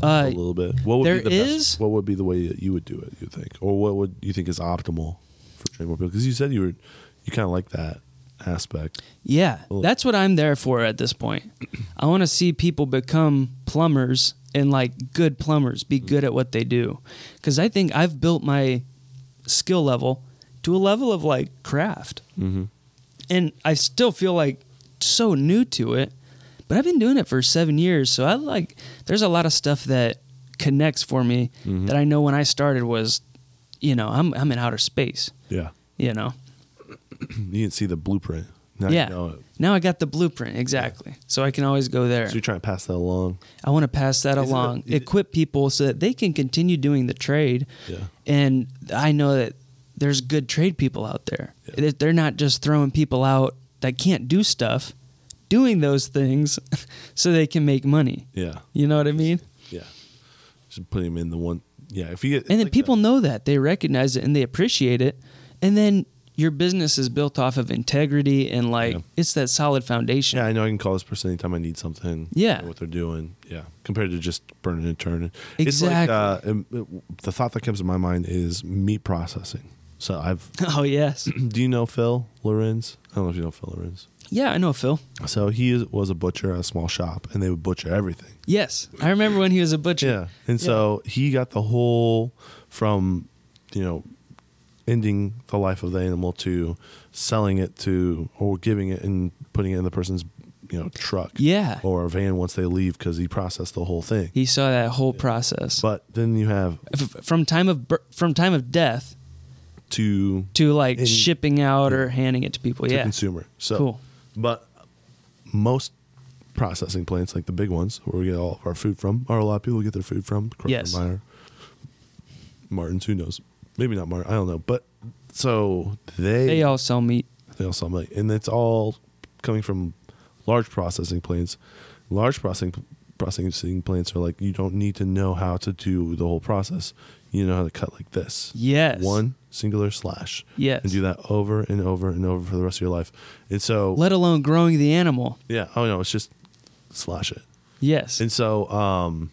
S1: a
S2: Uh,
S1: little bit. What would
S2: there
S1: be the best-
S2: is-
S1: what would be the way that you would do it? You think, or what would you think is optimal for training more people? Because you said you were you kind of like that aspect.
S2: yeah,
S1: Oh.
S2: that's what I'm there for at this point. I want to see people become plumbers and like good plumbers, be good at what they do. Because I think I've built my skill level to a level of like craft.
S1: Mm-hmm.
S2: and I still feel like so new to it, but I've been doing it for seven years. So I like, there's a lot of stuff that connects for me
S1: Mm-hmm.
S2: that I know when I started was, you know, I'm, I'm in outer space,
S1: Yeah,
S2: you know?
S1: you can see the blueprint. Now you
S2: yeah.
S1: know it.
S2: Now I got the blueprint. Exactly. So I can always go there.
S1: So you're trying to pass that along.
S2: I want to pass that
S1: Is it a-
S2: along,
S1: is it-
S2: equip people so that they can continue doing the trade.
S1: Yeah.
S2: And I know that there's good trade people out there.
S1: Yeah.
S2: That They're not just throwing people out that can't do stuff, doing those things so they can make money.
S1: Yeah,
S2: You know what I mean?
S1: yeah. Just put him in the one. Yeah, if you get
S2: And then
S1: like
S2: people
S1: that.
S2: know that. They recognize it and they appreciate it. And then your business is built off of integrity and like
S1: Yeah.
S2: it's that solid foundation.
S1: Yeah, I know I can call this person anytime I need something.
S2: Yeah.
S1: know what they're doing. Yeah, compared to just burning and turning. It's
S2: Exactly.
S1: like, uh, um, it- the thought that comes to my mind is meat processing. So I've.
S2: Oh, yes.
S1: Do you know Phil Lorenz? I don't know if you know Phil Lorenz.
S2: yeah, I know, Phil.
S1: So he is, was a butcher at a small shop, and they would butcher everything.
S2: Yes. I remember when he was a butcher.
S1: Yeah, and so he got the whole from, you know, ending the life of the animal to selling it to or giving it and putting it in the person's, you know, truck.
S2: Yeah.
S1: Or van once they leave because he processed the whole thing.
S2: He saw that whole process
S1: But then you have
S2: F- from time of bir- from time of death
S1: to
S2: to like
S1: And-
S2: shipping out or handing it to people.
S1: to
S2: Yeah,
S1: consumer. So,
S2: Cool.
S1: but most processing plants, like the big ones where we get all of our food from, are a lot of people get their food from. Kroger,
S2: Yes.
S1: Meyer, Martins, who knows? Maybe not Martin. I don't know. But so they
S2: they all sell meat.
S1: they all sell meat, and it's all coming from large processing plants. Large processing processing plants are like you don't need to know how to do the whole process. You know how to cut like this.
S2: Yes.
S1: One singular slash.
S2: Yes.
S1: And do that over and over and over for the rest of your life. And so
S2: Let alone growing the animal.
S1: yeah. Oh no, it's just slash it.
S2: Yes.
S1: And so um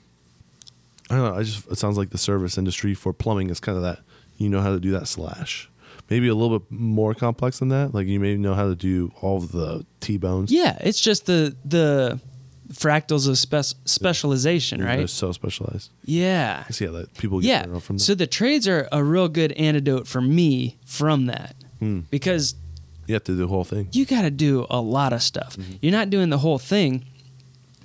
S1: I don't know, I just it sounds like the service industry for plumbing is kind of that you know how to do that slash. Maybe a little bit more complex than that. Like you maybe know how to do all of the T bones.
S2: yeah, it's just the the fractals of spec- specialization,
S1: They're
S2: right?
S1: so specialized.
S2: Yeah.
S1: I see how that people get
S2: Yeah.
S1: turned off from that.
S2: So the trades are a real good antidote for me from that
S1: Hmm.
S2: because
S1: you have to do the whole thing.
S2: you got to do a lot of stuff. You're not doing the whole thing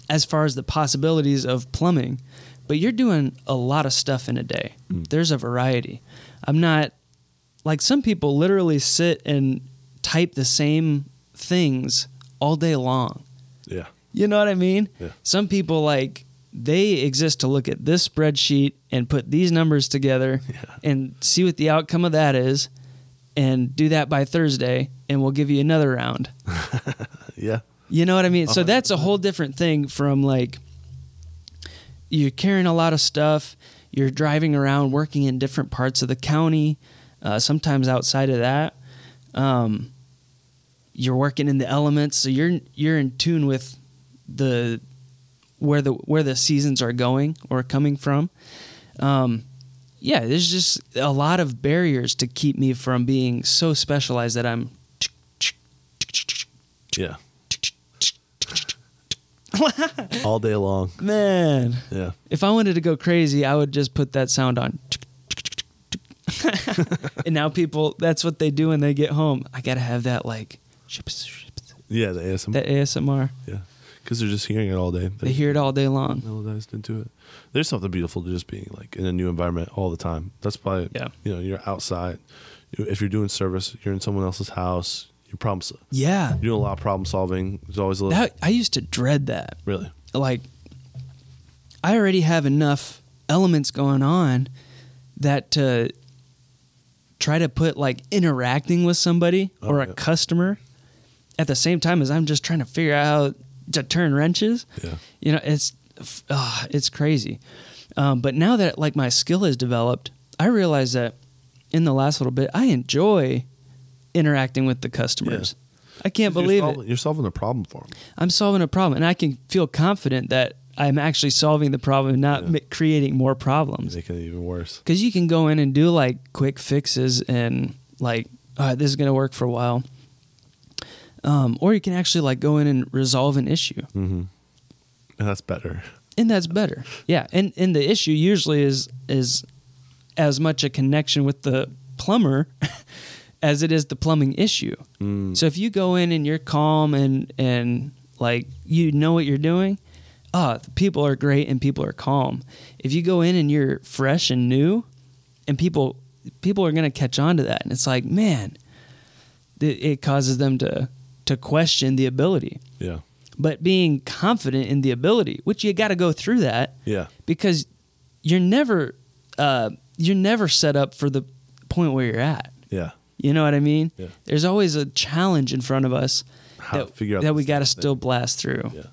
S2: as far as the possibilities of plumbing, but you're doing a lot of stuff in a day. There's a variety. I'm not like some people literally sit and type the same things all day long.
S1: Yeah.
S2: You know what I mean?
S1: Yeah.
S2: Some people like they exist to look at this spreadsheet and put these numbers together and see what the outcome of that is and do that by Thursday and we'll give you another round.
S1: Yeah.
S2: You know what I mean? So that's a whole different thing from like you're carrying a lot of stuff, you're driving around working in different parts of the county, uh, sometimes outside of that. Um, you're working in the elements, so you're you're in tune with the where the where the seasons are going or coming from. Um, yeah, there's just a lot of barriers to keep me from being so specialized that I'm
S1: Yeah. All day long.
S2: man.
S1: Yeah.
S2: If I wanted to go crazy, I would just put that sound on. and now people, that's what they do when they get home. I gotta have that like
S1: Yeah, the ASMR.
S2: that ASMR.
S1: yeah. Because they're just hearing it all day.
S2: They hear it all day long.
S1: melodized into it. There's something beautiful to just being like in a new environment all the time. That's probably
S2: Yeah.
S1: You know, you're outside. You- If you're doing service, you're in someone else's house. You're problem.
S2: Yeah,
S1: You're doing a lot of problem solving. There's always a little.
S2: that I used to dread that.
S1: really.
S2: like I already have enough elements going on that to try to put like interacting with somebody
S1: Oh,
S2: or a
S1: yeah.
S2: customer at the same time as I'm just trying to figure out how to turn wrenches.
S1: Yeah.
S2: You know, it's uh, it's crazy. Um, but now that like my skill has developed, I realize that in the last little bit, I enjoy interacting with the customers. I can't believe
S1: you're
S2: it.
S1: solving, You're solving a problem for them.
S2: I'm solving a problem, and I can feel confident that I'm actually solving the problem, and not
S1: Yeah.
S2: mi- creating more problems.
S1: Making it even worse.
S2: Because you can go in and do like quick fixes, and like, all right, this is gonna work for a while. Um, or you can actually like go in and resolve an issue,
S1: And that's better.
S2: and that's better. Yeah, and and the issue usually is is as much a connection with the plumber as it is the plumbing issue. So if you go in and you're calm and and like you know what you're doing, ah, the people are great and people are calm. If you go in and you're fresh and new, and people people are gonna catch on to that, and it's like man, it, it causes them to to question the ability.
S1: Yeah.
S2: But being confident in the ability, which you got to go through that,
S1: Yeah.
S2: because you're never uh, you're never set up for the point where you're at.
S1: Yeah.
S2: You know what I mean?
S1: Yeah.
S2: There's always a challenge in front of us
S1: How to
S2: that,
S1: figure out
S2: that
S1: this
S2: we got to
S1: next thing.
S2: still blast through.
S1: Yeah.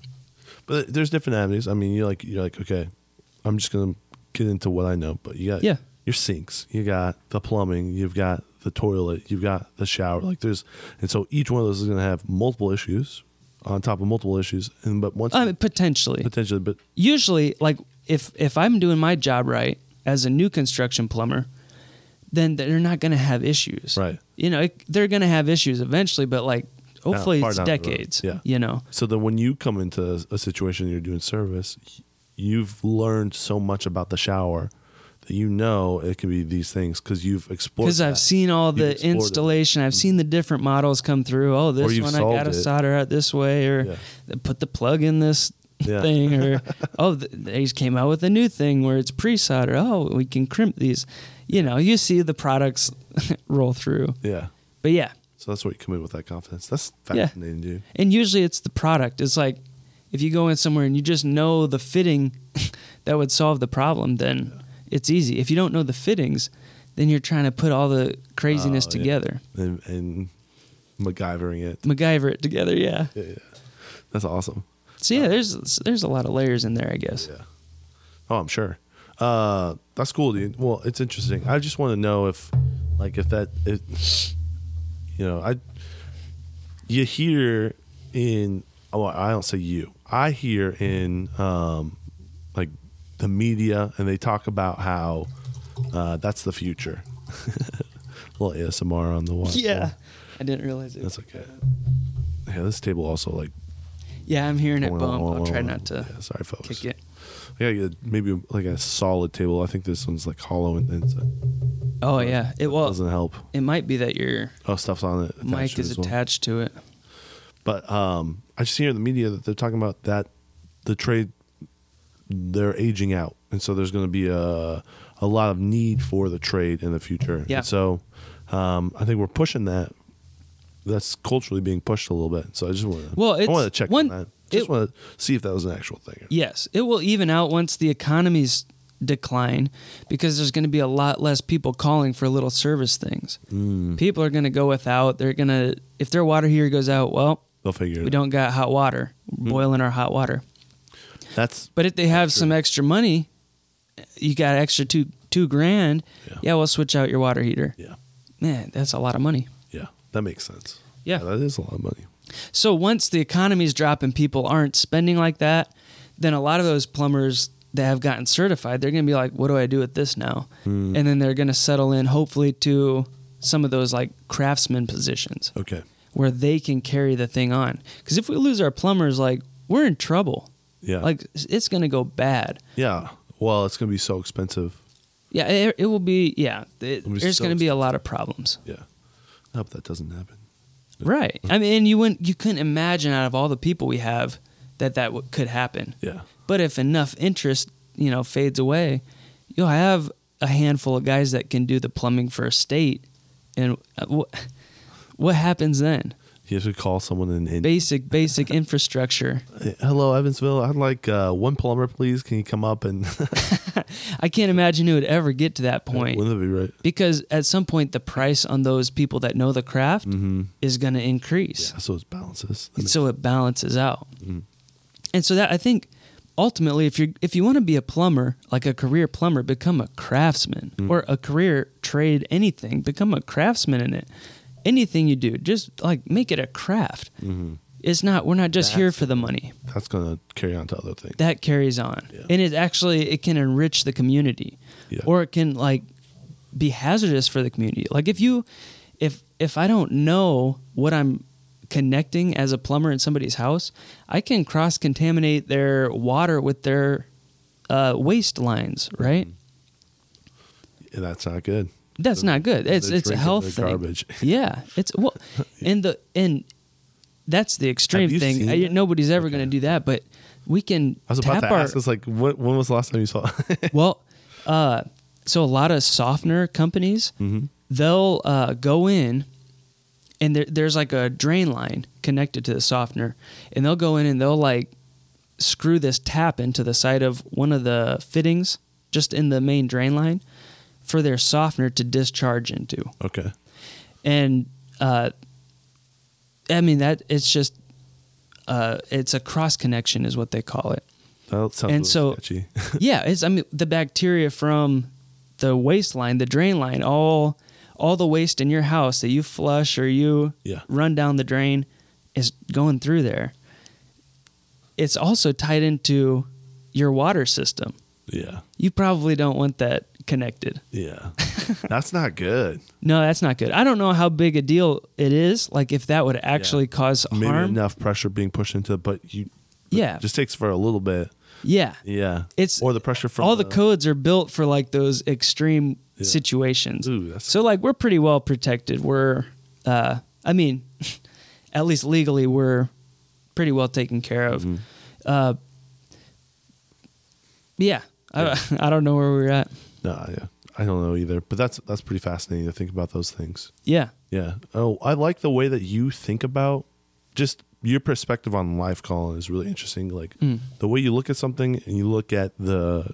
S1: But there's different avenues. I mean, you're like you're like okay, I'm just gonna get into what I know. But you got
S2: Yeah.
S1: your sinks, you got the plumbing, you've got the toilet, you've got the shower. Like there's and so each one of those is gonna have multiple issues on top of multiple issues. And but once
S2: I mean, potentially.
S1: potentially, but
S2: Usually, like if if I'm doing my job right as a new construction plumber, then they're not going to have issues.
S1: Right.
S2: You know, it, they're going to have issues eventually, but like hopefully
S1: far
S2: it's
S1: down the road.
S2: decades.
S1: Yeah.
S2: You know.
S1: so then when you come into a situation and you're doing service, you've learned so much about the shower that you know it can be these things because you've explored.
S2: Because I've
S1: that.
S2: seen all
S1: You've
S2: the
S1: explored it.
S2: installation, I've seen the different models come through. Oh, this
S1: you've
S2: one I
S1: solved
S2: gotta
S1: it.
S2: solder out this way, or
S1: Yeah.
S2: th- put the plug in this
S1: Yeah.
S2: thing, or oh, th- they just came out with a new thing where it's pre-solder. Oh, we can crimp these. You know, you see the products roll through.
S1: Yeah.
S2: But yeah,
S1: So that's where you come in with that confidence. That's
S2: Yeah.
S1: fascinating, dude.
S2: and usually it's the product. It's like if you go in somewhere and you just know the fitting that would solve the problem, then it's easy. If you don't know the fittings, then you're trying to put all the craziness
S1: Oh, yeah.
S2: together.
S1: And, and MacGyvering it.
S2: MacGyver it together, yeah.
S1: Yeah, yeah. That's awesome.
S2: So yeah, there's there's a lot of layers in there, I guess.
S1: Yeah. Oh, I'm sure. Uh, that's cool, dude. Well, it's interesting. I just want to know if, like, if that, if, you know, I, you hear in, oh, I don't say you. I hear in, um, like, the media, and they talk about how uh, that's the future. little ASMR on the wall.
S2: I didn't realize it.
S1: That's okay. Yeah, this table also like.
S2: yeah, I'm hearing it
S1: going
S2: bump.
S1: on,
S2: I'll try
S1: on,
S2: not to
S1: Yeah, sorry, folks.
S2: kick it.
S1: I gotta get maybe like a solid table. I think this one's like hollow and inside.
S2: Oh yeah, it well
S1: doesn't help.
S2: it might be that your
S1: Oh, stuff's on it. attached
S2: mic
S1: to it
S2: is
S1: as well.
S2: attached to it.
S1: But um, I just hear in the media that they're talking about that the trade they're aging out, and so there's going to be a a lot of need for the trade in the future.
S2: Yeah.
S1: And so um, I think we're pushing that. That's culturally being pushed a little bit. So I just want to
S2: Well,
S1: I want to
S2: it's
S1: check
S2: one-
S1: on that. Just
S2: it-
S1: want to see if that was an actual thing.
S2: Yes, it will even out once the economies decline because there's going to be a lot less people calling for little service things.
S1: Mm.
S2: People are going to go without. They're going to if their water heater goes out, well,
S1: They'll figure
S2: we
S1: it. out.
S2: don't got hot water.
S1: Mm.
S2: Boiling our hot water.
S1: That's
S2: But if they have some extra money, eh, you got extra two two grand.
S1: Yeah.
S2: Yeah. we'll switch out your water heater.
S1: yeah,
S2: Man, that's a lot of money.
S1: yeah. That makes sense.
S2: Yeah.
S1: that is a lot of money.
S2: So once the economy's dropping, people aren't spending like that. Then a lot of those plumbers that have gotten certified, they're going to be like, what do I do with this now?
S1: Hmm.
S2: And then they're going to settle in, hopefully, to some of those like craftsman positions
S1: Okay.
S2: where they can carry the thing on. Because if we lose our plumbers, like, we're in trouble.
S1: Yeah.
S2: Like, it's going to go bad.
S1: yeah. Well, it's gonna be so expensive.
S2: Yeah, it, it will be, yeah, it-
S1: be
S2: there's
S1: so
S2: going to be a lot of problems.
S1: Yeah. I hope that doesn't happen.
S2: Right. I mean, and you wouldn't, you couldn't imagine out of all the people we have that that w- could happen.
S1: Yeah.
S2: But if enough interest, you know, fades away, you'll have a handful of guys that can do the plumbing for a state. And what what happens then?
S1: You have to call someone in. in
S2: Basic basic infrastructure.
S1: Hello, Evansville. I'd like uh, one plumber, please. Can you come up and?
S2: I can't imagine it would ever get to that point.
S1: Wouldn't that be right?
S2: because at some point the price on those people that know the craft is going to increase.
S1: So it balances.
S2: And so it balances out. And so that I think ultimately if you if you want to be a plumber, like a career plumber, become a craftsman or a career trade anything, become a craftsman in it. Anything you do, just like make it a craft. It's not we're not just here for the money.
S1: That's gonna carry on to other things.
S2: That carries on.
S1: Yeah.
S2: And it actually it can enrich the community.
S1: Yeah.
S2: Or it can like be hazardous for the community. Like if you if if I don't know what I'm connecting as a plumber in somebody's house, I can cross contaminate their water with their uh, waste lines,
S1: Mm-hmm.
S2: right?
S1: And that's not good.
S2: That's not good. It's it's a
S1: drinking
S2: health
S1: the
S2: thing.
S1: garbage.
S2: Yeah, it's well, and the and that's the extreme
S1: Have you
S2: thing.
S1: seen
S2: I,
S1: that?
S2: nobody's ever going to do that, but we can
S1: I was
S2: tap
S1: about to
S2: our
S1: ask. It's like, what? When was the last time you saw?
S2: well, uh, so a lot of softener companies, they'll uh, go in and there, there's like a drain line connected to the softener, and they'll go in and they'll like screw this tap into the side of one of the fittings just in the main drain line for their softener to discharge into.
S1: okay.
S2: And uh, I mean that it's just uh, it's a cross connection is what they call it
S1: That sounds
S2: And
S1: really
S2: so-
S1: sketchy.
S2: yeah, it's I mean the bacteria from the waistline, the drain line, all all the waste in your house that you flush or you
S1: Yeah.
S2: run down the drain is going through there. It's also tied into your water system.
S1: yeah.
S2: You probably don't want that connected.
S1: Yeah. that's not good.
S2: No, that's not good. I don't know how big a deal it is. Like if that would actually cause harm.
S1: Maybe enough pressure being pushed into, it, but you.
S2: Yeah.
S1: Just takes for a little bit.
S2: yeah.
S1: Yeah.
S2: It's-
S1: or the pressure from
S2: all the codes are built for like those extreme situations.
S1: Ooh, that's-
S2: so like we're pretty well protected. We're uh I mean at least legally we're pretty well taken care of.
S1: Mm-hmm.
S2: Uh yeah. I, I don't know where we're at.
S1: No, yeah. I don't know either, but that's that's pretty fascinating to think about those things.
S2: Yeah.
S1: Yeah. Oh, I like the way that you think about just your perspective on life, Colin, is really interesting. Like
S2: Hmm.
S1: the way you look at something and you look at the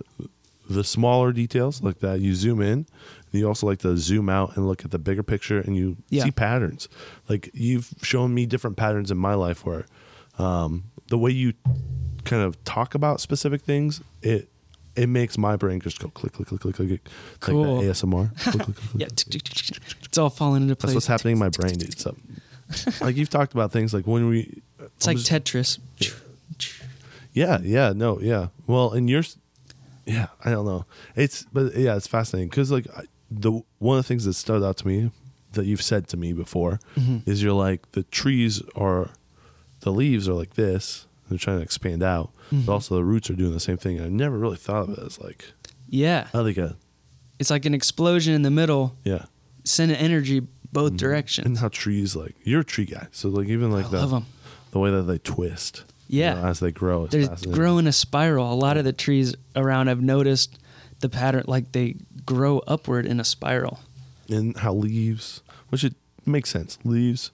S1: the smaller details like that. You zoom in. And you also like to zoom out and look at the bigger picture, and you
S2: Yeah.
S1: see patterns. Like you've shown me different patterns in my life where um, the way you kind of talk about specific things it. It makes my brain just go click, click, click, click, click, click. It's
S2: Cool.
S1: Like that ASMR. Click, click, click, click,
S2: Yeah.
S1: click.
S2: It's all falling into place.
S1: That's what's happening in my brain, dude. So, like you've talked about things like when we,
S2: It's like
S1: I'm just-
S2: Tetris.
S1: yeah, yeah, no, yeah. Well, and yours, yeah, I don't know. It's but yeah, it's fascinating because like I, the one of the things that stood out to me that you've said to me before
S2: Mm-hmm.
S1: is you're like the trees are, the leaves are like this. They're trying to expand out,
S2: Mm-hmm.
S1: but also the roots are doing the same thing. And I never really thought of it as like,
S2: Yeah.
S1: oh, they got
S2: It's like an explosion in the middle,
S1: yeah,
S2: sending energy both directions.
S1: Mm. and how trees like you're a tree guy, so like even like
S2: I
S1: the
S2: love 'em.
S1: the way that they twist, you
S2: Yeah.
S1: know, as they grow, it's
S2: they're
S1: fascinating.
S2: growing a spiral. A lot of the trees around, I've noticed the pattern, like they grow upward in a spiral.
S1: and how leaves, which it makes sense. Leaves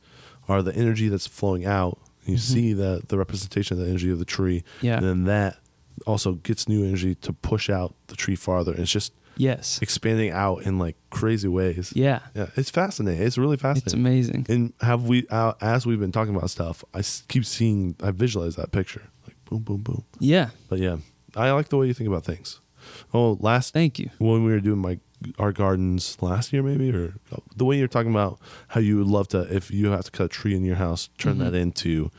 S1: are the energy that's flowing out. You see the the representation of the energy of the tree,
S2: Mm-hmm. Yeah.
S1: and then that also gets new energy to push out the tree farther. It's just
S2: Yes.
S1: expanding out in like crazy ways.
S2: Yeah.
S1: yeah, it's fascinating. It's really
S2: It's
S1: fascinating.
S2: amazing.
S1: And have we, uh, as we've been talking about stuff, I s- keep seeing, I visualize that picture, like boom, boom, boom.
S2: Yeah.
S1: But yeah, I like the way you think about things. Oh, last
S2: Thank you.
S1: when we were doing my our gardens last year, maybe or the
S2: Mm-hmm.
S1: way you're talking about how you would love to if you have to cut a tree in your house, turn that into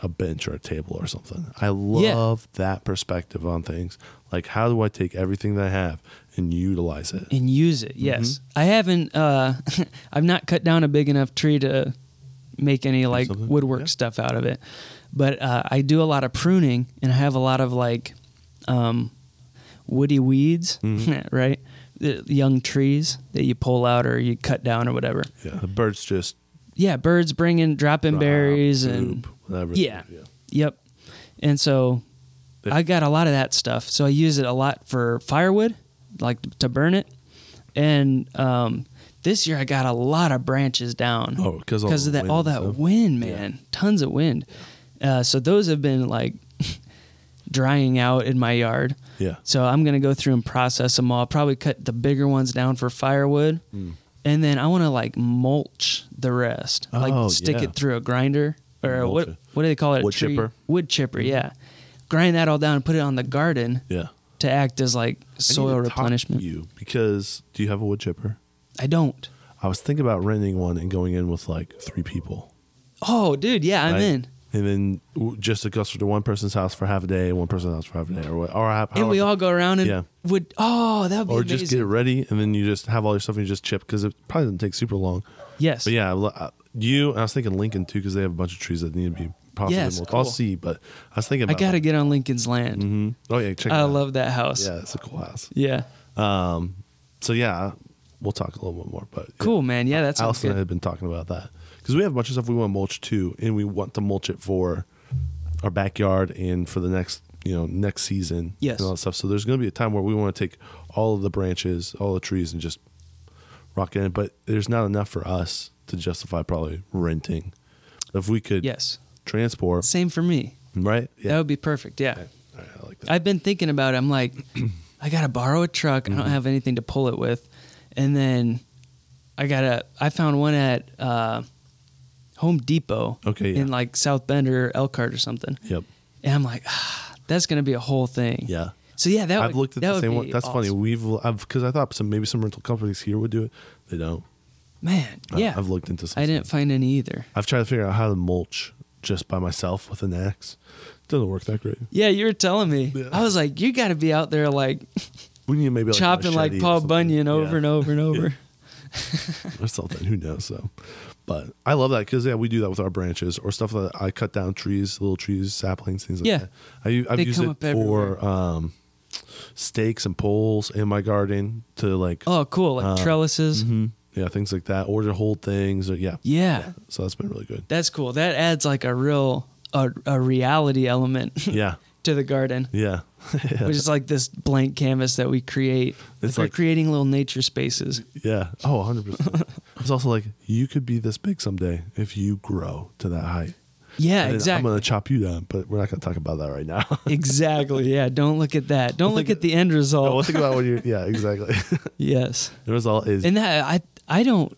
S1: a bench or a table or something. I love that perspective on things. Like, how do I take everything that I have and utilize it?
S2: and use it. Yes,
S1: Mm-hmm.
S2: I haven't. Uh, I've not cut down a big enough tree to make any like
S1: something?
S2: woodwork
S1: Yeah.
S2: stuff out of it, but uh, I do a lot of pruning and I have a lot of like um, woody weeds,
S1: Mm-hmm.
S2: right? The young trees that you pull out or you cut down or whatever.
S1: Yeah, the birds just
S2: Yeah, birds bringing dropping
S1: drop,
S2: berries and
S1: poop, whatever.
S2: yeah, yep. And so
S1: They-
S2: I got a lot of that stuff. So I use it a lot for firewood, like to burn it. And um, this year I got a lot of branches down.
S1: Oh, 'cause all the
S2: because of that
S1: wind
S2: all
S1: and
S2: that
S1: stuff.
S2: wind, man, tons of wind. Uh, so those have been like drying out in my yard.
S1: Yeah.
S2: So I'm gonna go through and process them all. I'll probably cut the bigger ones down for firewood,
S1: Mm.
S2: and then I want to like mulch the rest.
S1: Oh,
S2: like stick
S1: yeah.
S2: it through a grinder or
S1: Mulch
S2: what?
S1: it.
S2: What do they call it? A
S1: Wood
S2: tree-
S1: chipper. Mm-hmm.
S2: Wood chipper. Yeah. Grind that all down and put it on the garden
S1: Yeah.
S2: to act as like
S1: I need
S2: soil
S1: to talk to
S2: replenishment.
S1: you because do you have a wood chipper?
S2: I don't.
S1: I was thinking about renting one and going in with like three people.
S2: Oh, dude. Yeah, I'm
S1: right?
S2: in.
S1: And then w- just it goes to one person's house for half a day, one person's house for half a day, or what? Or, how-
S2: And we
S1: however.
S2: all go around and
S1: Yeah.
S2: would. Oh, that would be
S1: or
S2: amazing.
S1: just get it ready, and then you just have all your stuff and you just chip because it probably doesn't take super long.
S2: yes.
S1: But yeah, I lo- I- you. and I was thinking Lincoln too because they have a bunch of trees that need to be possibly.
S2: Yes,
S1: multi-
S2: cool.
S1: I'll see, but I was thinking.
S2: I
S1: About
S2: gotta get on Lincoln's land.
S1: hmm Oh yeah, check. it
S2: I
S1: out.
S2: love that house.
S1: Yeah, it's a cool house.
S2: Yeah.
S1: Um, so yeah, we'll talk a little bit more. But
S2: Cool, man. Yeah, that's
S1: Allison and I
S2: good.
S1: had been talking about that because we have a bunch of stuff we want to mulch too, and we want to mulch it for our backyard and for the next you know next season.
S2: Yes.
S1: and all that stuff. So there's going to be a time where we want to take all of the branches, all the trees, and just rock it in. But there's not enough for us to justify probably renting. If we could
S2: Yes.
S1: transport,
S2: Same for me.
S1: right?
S2: That would be perfect. Yeah.
S1: All right, I like that.
S2: I've been thinking about it. I'm like, I gotta borrow a truck.
S1: Mm-hmm.
S2: I don't have anything to pull it with, and then I gotta. I found one at uh, Home Depot.
S1: Okay, yeah.
S2: In like South Bend or Elkhart or something,
S1: yep.
S2: and I'm like, ah, that's gonna be a whole thing.
S1: Yeah.
S2: So yeah, that
S1: I've
S2: would,
S1: looked at
S2: that
S1: the
S2: would
S1: same
S2: be
S1: one. That's funny.
S2: awesome.
S1: We've because I thought some maybe some rental companies here would do it. They don't.
S2: Man,
S1: I-
S2: yeah.
S1: I've looked into some.
S2: I didn't find any either.
S1: I've tried to figure out how to mulch just by myself with an axe. Doesn't work that great.
S2: Yeah, you were telling me.
S1: Yeah.
S2: I was like, you got to be out there like
S1: We need maybe like a
S2: chopping like
S1: machete or
S2: Paul
S1: something.
S2: Bunyan over
S1: Yeah.
S2: and over and over.
S1: or something. Who knows? So, but I love that because yeah, we do that with our branches or stuff that I cut down trees, little trees, saplings, things like
S2: Yeah.
S1: that. I, u- I've
S2: They
S1: used
S2: come
S1: it
S2: up everywhere.
S1: for um, stakes and poles in my garden to like
S2: Oh, cool! Like trellises.
S1: mhm, yeah things like that or to hold things. Or, yeah,
S2: Yeah,
S1: So that's been really good.
S2: that's cool. That adds like a real a, a reality element
S1: Yeah,
S2: to the garden,
S1: yeah,
S2: which is like this blank canvas that we create.
S1: It's
S2: Like we're
S1: like-
S2: creating little nature spaces.
S1: yeah. Oh, 100 percent. It's also like you could be this big someday if you grow to that height.
S2: Yeah,
S1: And then
S2: exactly.
S1: I'm gonna chop you down, but we're not gonna talk about that right now.
S2: Exactly. Yeah. Don't look at that. Don't look
S1: think-
S2: at the end
S1: we'll
S2: result.
S1: think about what you. Yeah, exactly.
S2: yes.
S1: the result is
S2: And that I I don't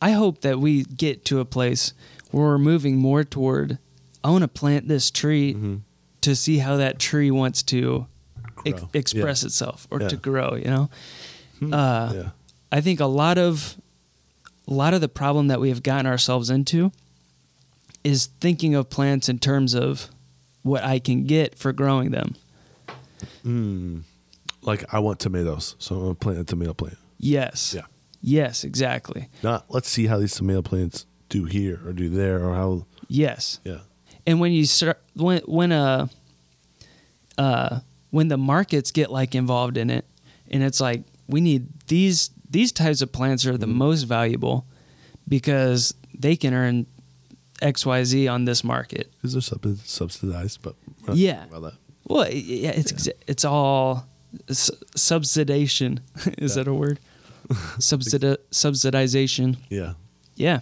S2: I hope that we get to a place where we're moving more toward I want to plant this tree to see how that tree wants to ex-
S1: Mm-hmm. Grow.
S2: express uh,
S1: Yeah.
S2: itself or
S1: Yeah. Hmm.
S2: to grow, you know.
S1: yeah,
S2: I think a lot of a lot of the problem that we have gotten ourselves into is thinking of plants in terms of what I can get for growing them.
S1: like I want tomatoes, so I'm gonna plant a tomato plant.
S2: Yes.
S1: Yeah.
S2: Yes, exactly.
S1: Not let's see how these tomato plants do here or do there or how.
S2: Yes.
S1: Yeah,
S2: and when you start when when uh uh when the markets get like involved in it and it's like we need these these types of plants are the most valuable because they can earn xyz on this market
S1: because they're sub- subsidized, but we're not
S2: Yeah.
S1: talking about that.
S2: well y- yeah it's exa- it's all s- subsidization is that a word Subsidi- subsidization
S1: Yeah,
S2: yeah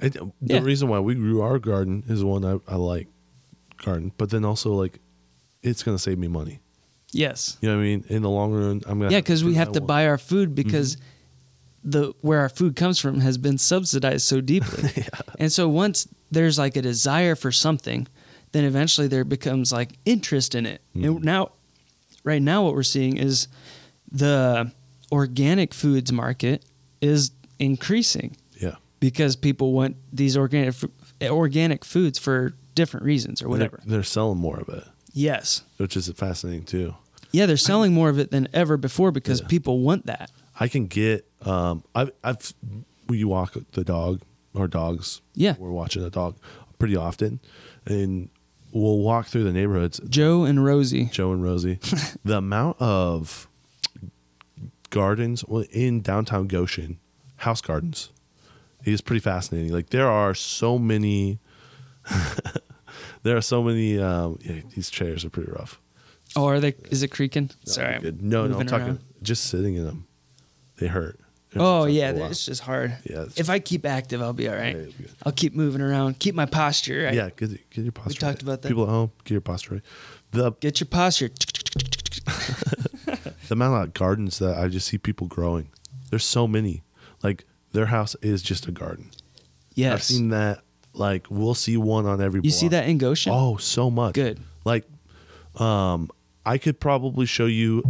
S1: It, the
S2: Yeah.
S1: reason why we grew our garden is one I, I like garden, but then also like it's gonna save me money.
S2: yes
S1: You know what I mean? In the long run, I'm gonna
S2: yeah because we
S1: I
S2: have to
S1: want-
S2: buy our food because the where our food comes from has been subsidized so deeply and so once there's like a desire for something then eventually there becomes like interest in it and now right now what we're seeing is the organic foods market is increasing
S1: Yeah,
S2: because people want these organic f- organic foods for different reasons or whatever.
S1: They're, they're selling more of it,
S2: Yes.
S1: which is fascinating too.
S2: Yeah, they're selling more of it than ever before because people want that.
S1: I can get um I've I've we walk the dog or dogs.
S2: Yeah.
S1: We're watching a dog pretty often and we'll walk through the neighborhoods,
S2: Joe and Rosie.
S1: Joe and Rosie. the amount of gardens well, in downtown Goshen, house gardens, is pretty fascinating. Like there are so many there are so many um yeah, these chairs are pretty rough.
S2: Oh, are they? Is it creaking? Sorry.
S1: Good. No, no, I'm
S2: moving
S1: talking
S2: around.
S1: just sitting in them. They hurt. It hurts
S2: Oh
S1: after a
S2: yeah,
S1: while.
S2: it's just hard.
S1: Yeah, it's-
S2: if I keep active, I'll be all right.
S1: Yeah, you'll be good.
S2: I'll keep moving around, keep my posture. Right?
S1: Yeah, get, get your posture.
S2: talked
S1: right.
S2: about that.
S1: People at home, get your posture right. The
S2: Get your posture.
S1: the amount of gardens that I just see people growing. There's so many. Like their house is just a garden.
S2: Yes.
S1: I've seen that. Like we'll see one on every.
S2: you see
S1: block.
S2: that in Goshen?
S1: Oh, so much.
S2: Good.
S1: Like, um, I could probably show you.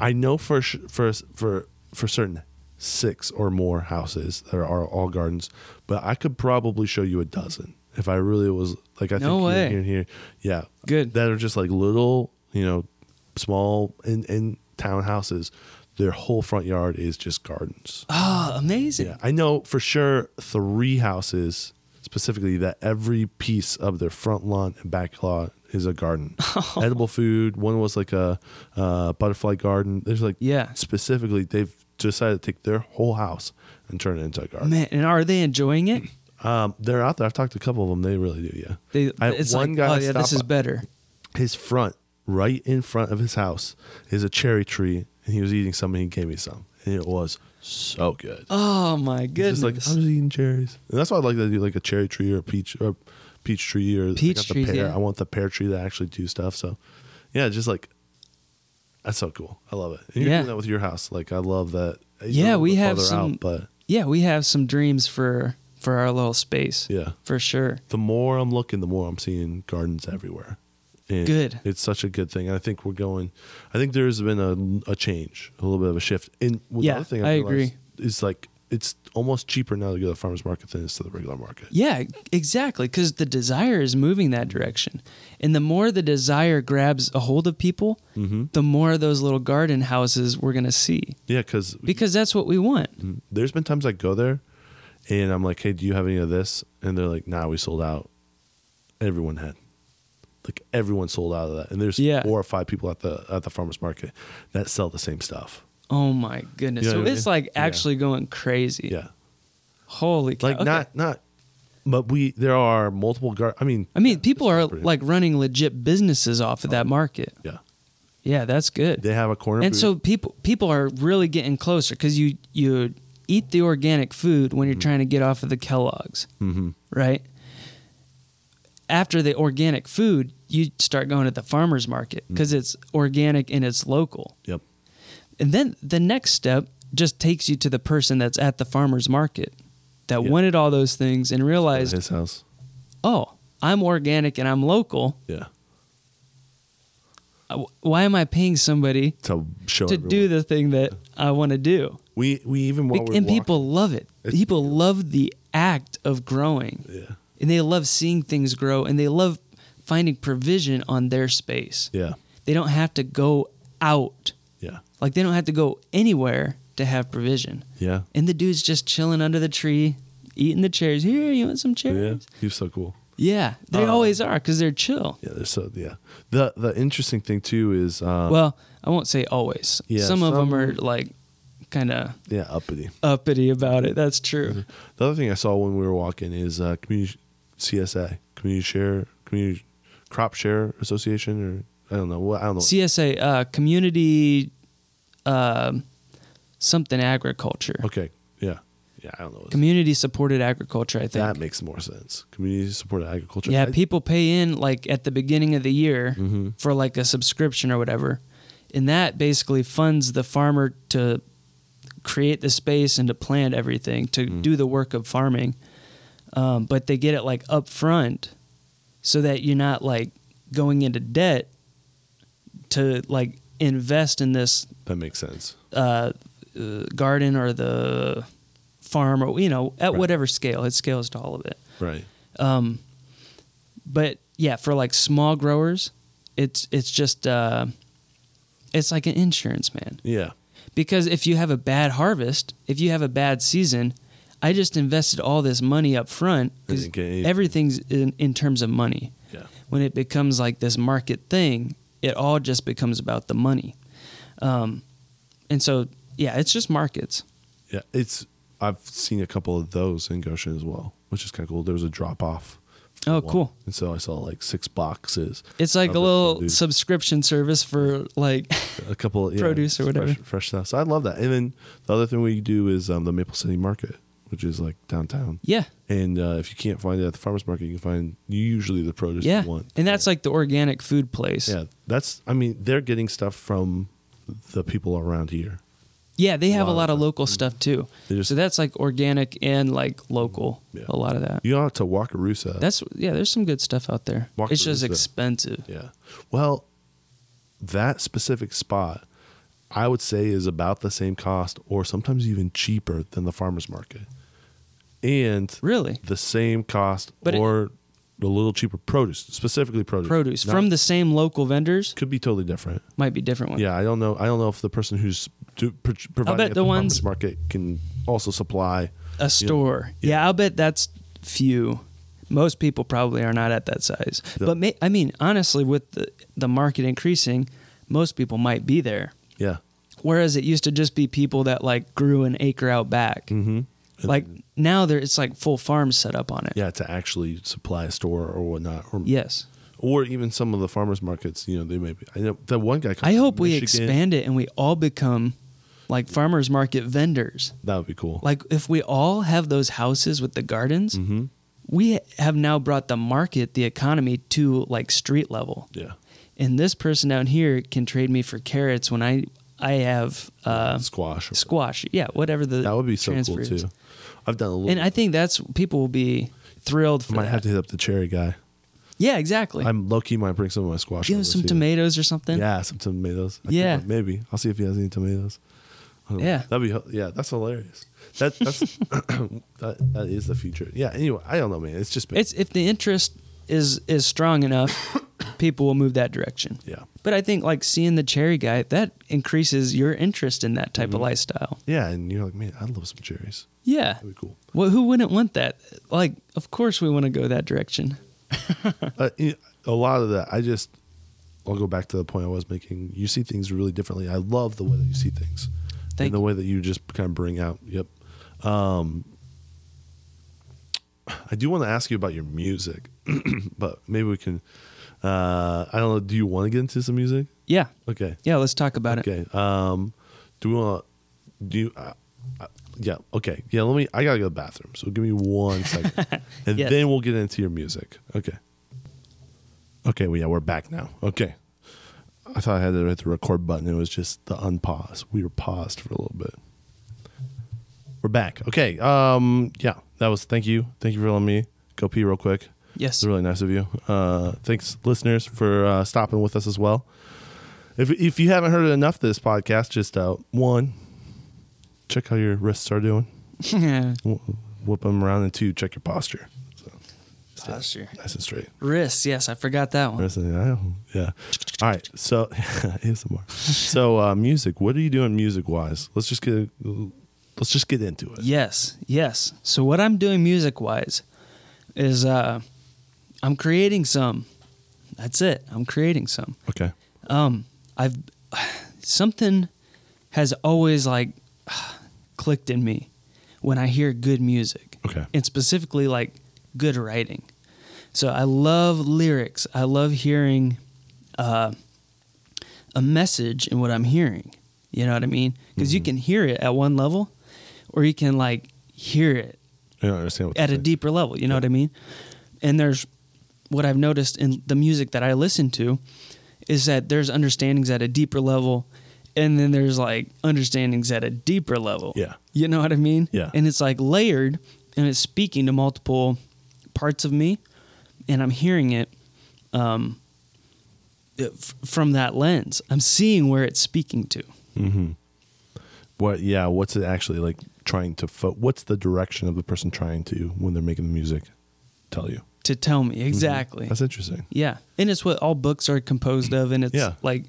S1: I know for sh- for for for certain six or more houses that are all gardens, but I could probably show you a dozen if I really was like I
S2: No
S1: think
S2: way.
S1: here and here. Yeah.
S2: Good.
S1: That are just like little, you know, small in in townhouses. Their whole front yard is just gardens.
S2: Oh, amazing.
S1: Yeah, I know for sure three houses specifically that every piece of their front lawn and back lawn is a garden. Edible food. One was like a uh, butterfly garden. There's like
S2: Yeah.
S1: specifically they've decided to take their whole house and turn it into a garden.
S2: Man, and are they enjoying it?
S1: Um, they're out there. I've talked to a couple of them. They really do. Yeah.
S2: They,
S1: I-
S2: it's
S1: one
S2: like,
S1: guy
S2: oh yeah, this
S1: stopped
S2: is
S1: by-
S2: better.
S1: His front, right in front of his house, is a cherry tree, and he was eating some, and he gave me some, and it was so good.
S2: Oh my
S1: It's
S2: goodness.
S1: Just like I'm just eating cherries, and that's why I like to do like a cherry tree or a peach or peach tree or I
S2: Peach
S1: got the
S2: trees,
S1: pear.
S2: yeah.
S1: I want the pear tree to actually do stuff. So, yeah, just like that's so cool. I love it. And you're
S2: Yeah.
S1: doing that with your house. Like I love that. It's a
S2: Yeah,
S1: little
S2: we
S1: bit
S2: have
S1: farther
S2: some-
S1: but
S2: yeah, we have some dreams for for our little space.
S1: yeah,
S2: For sure.
S1: the more I'm looking, the more I'm seeing gardens everywhere. And
S2: Good.
S1: It's such a good thing. I think we're going. I think there's been a, a change, a little bit of a shift. And well, the
S2: Yeah,
S1: other thing
S2: I
S1: I
S2: agree.
S1: Is like it's almost cheaper now to go to the farmers market than it's to the regular market.
S2: Yeah, exactly. Because the desire is moving that direction. And the more the desire grabs a hold of people,
S1: Mm-hmm.
S2: the more of those little garden houses we're going to see
S1: Yeah, because
S2: because that's what we want.
S1: there's been times I go there and I'm like, hey, do you have any of this? And they're like, nah, we sold out. Everyone had. Like everyone sold out of that. And there's
S2: Yeah.
S1: four or five people at the at the farmers market that sell the same stuff.
S2: Oh my goodness.
S1: You know
S2: so
S1: what I
S2: it's
S1: mean?
S2: like
S1: Yeah.
S2: actually going crazy.
S1: Yeah.
S2: Holy cow.
S1: Like
S2: Okay.
S1: not not but we there are multiple gar I mean
S2: I mean, people are
S1: pretty- Oh.
S2: like running legit businesses off of that market.
S1: yeah.
S2: Yeah, that's good.
S1: They have a corner.
S2: and
S1: booth.
S2: so people people are really getting closer because you you eat the organic food when you're
S1: Mm-hmm.
S2: trying to get off of the Kellogg's,
S1: Mhm.
S2: right? After the organic food, you start going to the farmers market
S1: Mm.
S2: because it's organic and it's local.
S1: Yep.
S2: And then the next step just takes you to the person that's at the farmers market that
S1: Yeah.
S2: wanted all those things and
S1: At
S2: realized,
S1: his house.
S2: oh, I'm organic and I'm local.
S1: Yeah.
S2: Uh, wh- Why am I paying somebody
S1: To show
S2: to do the thing that I want to do?
S1: we we even
S2: Be-
S1: while we're
S2: and
S1: walking-
S2: people love it.
S1: It's
S2: people love the act of growing,
S1: Yeah.
S2: and they love seeing things grow, and they love finding provision on their space.
S1: Yeah.
S2: They don't have to go out,
S1: Yeah.
S2: like they don't have to go anywhere to have provision.
S1: Yeah.
S2: And the dude's just chilling under the tree, eating the cherries. Here, you want some
S1: Yeah.
S2: cherries?
S1: He was so cool.
S2: Yeah, they always are because they're chill.
S1: Uh, Yeah, there's so yeah. The the interesting thing too is um,
S2: Well, I won't say always.
S1: Yeah,
S2: some of
S1: some-
S2: them are like kind of
S1: yeah uppity.
S2: uppity about it. That's
S1: Mm-hmm.
S2: true.
S1: The other thing I saw when we were walking is uh, community CSA community share community crop share association or I don't know what I don't know
S2: CSA uh, community um something agriculture.
S1: okay yeah yeah I don't know what it's-
S2: Community supported agriculture, I think.
S1: that makes more sense community supported agriculture
S2: yeah,
S1: I-
S2: people pay in like at the beginning of the year
S1: Mm-hmm.
S2: for like a subscription or whatever. And that basically funds the farmer to create the space and to plant everything, to
S1: Mm.
S2: do the work of farming. Um, but they get it like up front so that you're not like going into debt to like invest in this
S1: that makes sense
S2: uh, uh, garden or the farm or you know at
S1: Right.
S2: whatever scale it scales to all of it
S1: right
S2: Um, but yeah, for like small growers, it's it's just uh, it's like an insurance man
S1: Yeah.
S2: because if you have a bad harvest, if you have a bad season, I just invested all this money up front because
S1: Didn't get anything.
S2: everything's in, in terms of money.
S1: Yeah.
S2: When it becomes like this market thing, it all just becomes about the money. Um, and so, yeah, it's just markets.
S1: Yeah, it's I've seen a couple of those in Goshen as well, which is kind of cool. There was a drop off. for
S2: Oh,
S1: one,
S2: cool.
S1: And so I saw like six boxes.
S2: It's like
S1: of
S2: a
S1: it,
S2: little
S1: dude.
S2: subscription service for like,
S1: a couple yeah,
S2: produce or whatever.
S1: fresh, fresh stuff. So I love that. And then the other thing we do is um, the Maple City Market, which is like downtown.
S2: yeah,
S1: And uh, if you can't find it at the farmers market, you can find usually the produce
S2: yeah.
S1: you want.
S2: And that's like the organic food place.
S1: yeah, that's I mean they're getting stuff from the people around here.
S2: Yeah, they have a
S1: lot
S2: lot
S1: of
S2: of local stuff too.
S1: They just-
S2: so that's like organic and like local.
S1: Yeah.
S2: A lot of that.
S1: You don't have to walk Wakarusa.
S2: That's yeah. There's some good stuff out there.
S1: Walk
S2: it's
S1: through is
S2: just
S1: the-
S2: expensive.
S1: Yeah. Well, that specific spot, I would say, is about the same cost or sometimes even cheaper than the farmer's market. And
S2: Really,
S1: the same cost
S2: But it-
S1: or a little cheaper produce, specifically produce.
S2: produce
S1: Not-
S2: from the same local vendors
S1: could be totally different.
S2: might be different ones.
S1: Yeah, I don't know. I don't know if the person who's do, pro- providing
S2: bet
S1: at the,
S2: the
S1: farmers
S2: ones-
S1: market can also supply.
S2: A store. Yeah. I'll bet that's few. Most people probably are not at that size.
S1: The-
S2: but may, I mean, honestly, with the the market increasing, most people might be there.
S1: Yeah,
S2: Whereas it used to just be people that like grew an acre out back. Mm-hmm. Like now, there it's like full farms set up on it.
S1: yeah, to actually supply a store or whatnot, or
S2: Yes.
S1: or even some of the farmers markets. You know, they may be. I know that one guy. comes
S2: I
S1: from
S2: hope we
S1: Michigan.
S2: expand it and we all become like farmers market vendors.
S1: That would be cool.
S2: Like if we all have those houses with the gardens,
S1: Mm-hmm.
S2: we have now brought the market, the economy to like street level.
S1: yeah,
S2: And this person down here can trade me for carrots when I I have uh,
S1: squash. or-
S2: squash. Yeah, whatever the
S1: that would be so cool
S2: transfer is.
S1: too. I've done a little.
S2: And I think that's people will be thrilled
S1: I
S2: for
S1: might
S2: that.
S1: have to hit up the cherry guy.
S2: yeah, exactly.
S1: I'm low key might bring some of my squash.
S2: Give him
S1: over
S2: some
S1: too.
S2: tomatoes or something.
S1: Yeah, some tomatoes. I think,
S2: Yeah.
S1: like, maybe I'll see if he has any tomatoes. I don't know.
S2: Yeah.
S1: that'd be hel- yeah. That's hilarious. That that's that, that is the future. Yeah. Anyway, I don't know, man. It's just been
S2: It's if the interest is is strong enough, people will move that direction.
S1: yeah,
S2: But I think like seeing the cherry guy, that increases your interest in that type of lifestyle.
S1: yeah. And you're like, man, I'd love some cherries.
S2: Yeah.
S1: That'd be cool.
S2: Well, who wouldn't want that? Like, of course we want to go that direction.
S1: uh, you- a lot of that i just i'll go back to the point i was making you see things really differently i love the way that you see things
S2: Thank
S1: and the way that you just kind of bring out yep um i do want to ask you about your music but maybe we can uh i don't know do you want to get into some music
S2: Yeah.
S1: okay
S2: Yeah, let's talk about it.
S1: okay um do we want do you uh, uh, yeah okay yeah let me i gotta go to the bathroom so give me one second and
S2: Yes.
S1: then we'll get into your music okay okay well yeah we're back now okay i thought i had to hit the record button it was just the unpause we were paused for a little bit we're back okay um yeah that was thank you thank you for letting me go pee real quick
S2: Yes.
S1: it's really nice of you. Uh, thanks, listeners, for uh, stopping with us as well. If, if you haven't heard enough of this podcast, just uh, one, check how your wrists are doing, Wh- whip them around, and two, check your posture. So
S2: Posture.
S1: nice and straight.
S2: Wrists. Yes, I forgot that one.
S1: Nice and- yeah. yeah. All right. So, ASMR. So, uh, music. What are you doing music wise? Let's just get let's just get into it.
S2: Yes. Yes. So what I'm doing music wise is uh I'm creating some. That's it. I'm creating some.
S1: Okay.
S2: Um, I've something has always like clicked in me when I hear good music,
S1: Okay.
S2: and specifically like good writing. So I love lyrics. I love hearing uh, a message in what I'm hearing. You know what I mean? Because you can hear it at one level, or you can like hear it
S1: I don't understand what
S2: at
S1: you're
S2: a
S1: saying.
S2: deeper level. You know what I mean? And there's what I've noticed in the music that I listen to is that there's understandings at a deeper level, and then there's like understandings at a deeper level.
S1: Yeah.
S2: You know what I mean?
S1: Yeah.
S2: And it's like layered and it's speaking to multiple parts of me, and I'm hearing it. Um, uh, f- from that lens, I'm seeing where it's speaking to.
S1: what yeah what's it actually like trying to fo- what's the direction of the person trying to when they're making the music tell you.
S2: to tell me exactly.
S1: Mm-hmm. That's interesting.
S2: Yeah, and it's what all books are composed of, and it's
S1: Yeah.
S2: like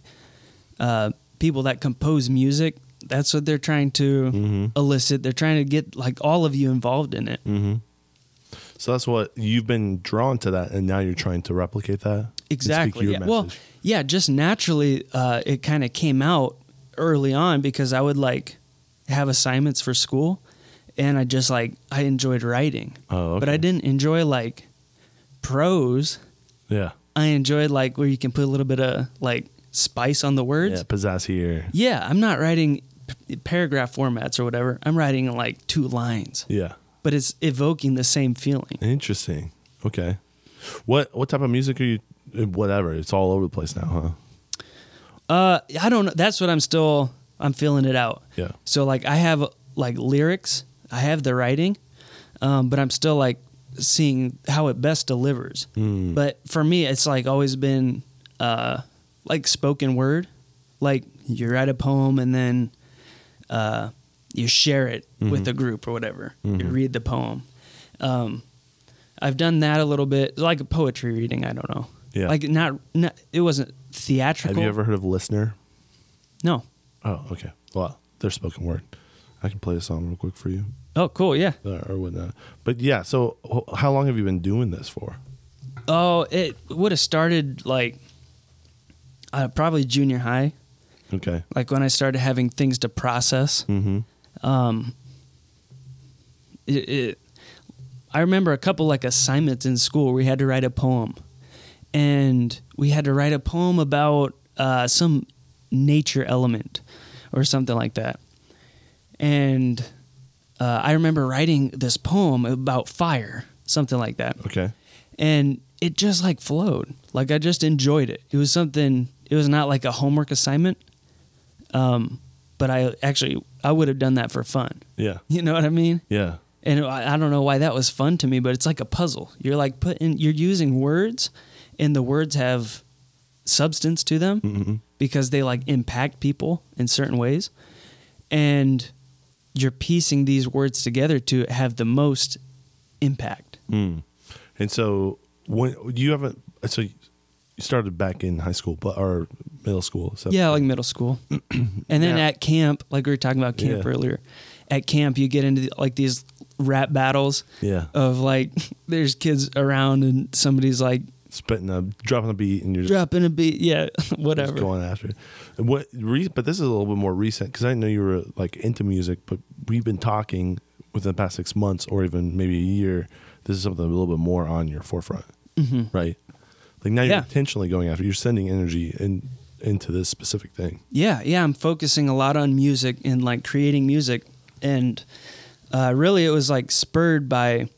S2: uh, people that compose music. That's what they're trying to
S1: Mm-hmm.
S2: elicit. They're trying to get like all of you involved in
S1: Mm.
S2: it.
S1: So that's what you've been drawn to that, and now you're trying to replicate that. and speak
S2: Exactly.
S1: your
S2: yeah. Well,
S1: message.
S2: yeah, just naturally, uh, it kind of came out early on because I would like have assignments for school, and I just like I enjoyed writing,
S1: Oh,
S2: but I
S1: okay.
S2: didn't enjoy like prose.
S1: yeah,
S2: I enjoyed like where you can put a little bit of like spice on the words.
S1: yeah, pizzazz here.
S2: Yeah, I'm not writing p- paragraph formats or whatever. I'm writing in like two lines,
S1: Yeah,
S2: but it's evoking the same feeling.
S1: interesting. Okay, what what type of music are you? Whatever, it's all over the place now, huh?
S2: Uh, I don't know. That's what I'm still. I'm feeling it out.
S1: Yeah.
S2: So like I have like lyrics, I have the writing, um, but I'm still like seeing how it best delivers.
S1: Hmm.
S2: But for me, it's like always been uh, like spoken word, like you write a poem and then uh, you share it
S1: Mm-hmm.
S2: with a group or whatever. You read the poem. Um, I've done that a little bit, like a poetry reading. I don't know.
S1: Yeah.
S2: Like not, not it wasn't
S1: Have
S2: theatrical.
S1: you ever heard of Listener?
S2: No.
S1: Oh, okay. Well, they're spoken word. I can play a song real quick for you,
S2: Oh, cool. Yeah.
S1: uh, or whatnot. But yeah, so wh- how long have you been doing this for?
S2: Oh, it would have started like uh, probably junior high,
S1: Okay.
S2: like when I started having things to process.
S1: Mm-hmm.
S2: Um, it, it, I remember a couple like assignments in school where we had to write a poem, and we had to write a poem about uh, some nature element or something like that. And uh, I remember writing this poem about fire, something like that
S1: Okay.
S2: and it just like flowed. Like I just enjoyed it. It was something. It was not like a homework assignment, um, but I actually I would have done that for fun.
S1: Yeah.
S2: You know what I mean?
S1: Yeah.
S2: And I, I don't know why that was fun to me, but it's like a puzzle. You're like putting you're using words, and the words have substance to them because they like impact people in certain ways, and you're piecing these words together to have the most impact.
S1: Mm. And so when you haven't, so you started back in high school, but or middle school. So
S2: Yeah, like middle school. and then
S1: Yeah.
S2: at camp, like we were talking about camp
S1: Yeah.
S2: earlier, at camp you get into like these rap battles
S1: Yeah.
S2: of like there's kids around and somebody's like
S1: spitting a dropping a beat and you're just,
S2: dropping a beat, yeah,
S1: just
S2: whatever.
S1: going after it. And What? Re, but this is a little bit more recent because I know you were like into music, but we've been talking within the past six months or even maybe a year. This is something a little bit more on your forefront, right? Like now you're
S2: Mm-hmm. Yeah.
S1: intentionally going after. You're sending energy in into this specific thing.
S2: Yeah, yeah, I'm focusing a lot on music and like creating music and uh, really it was like spurred by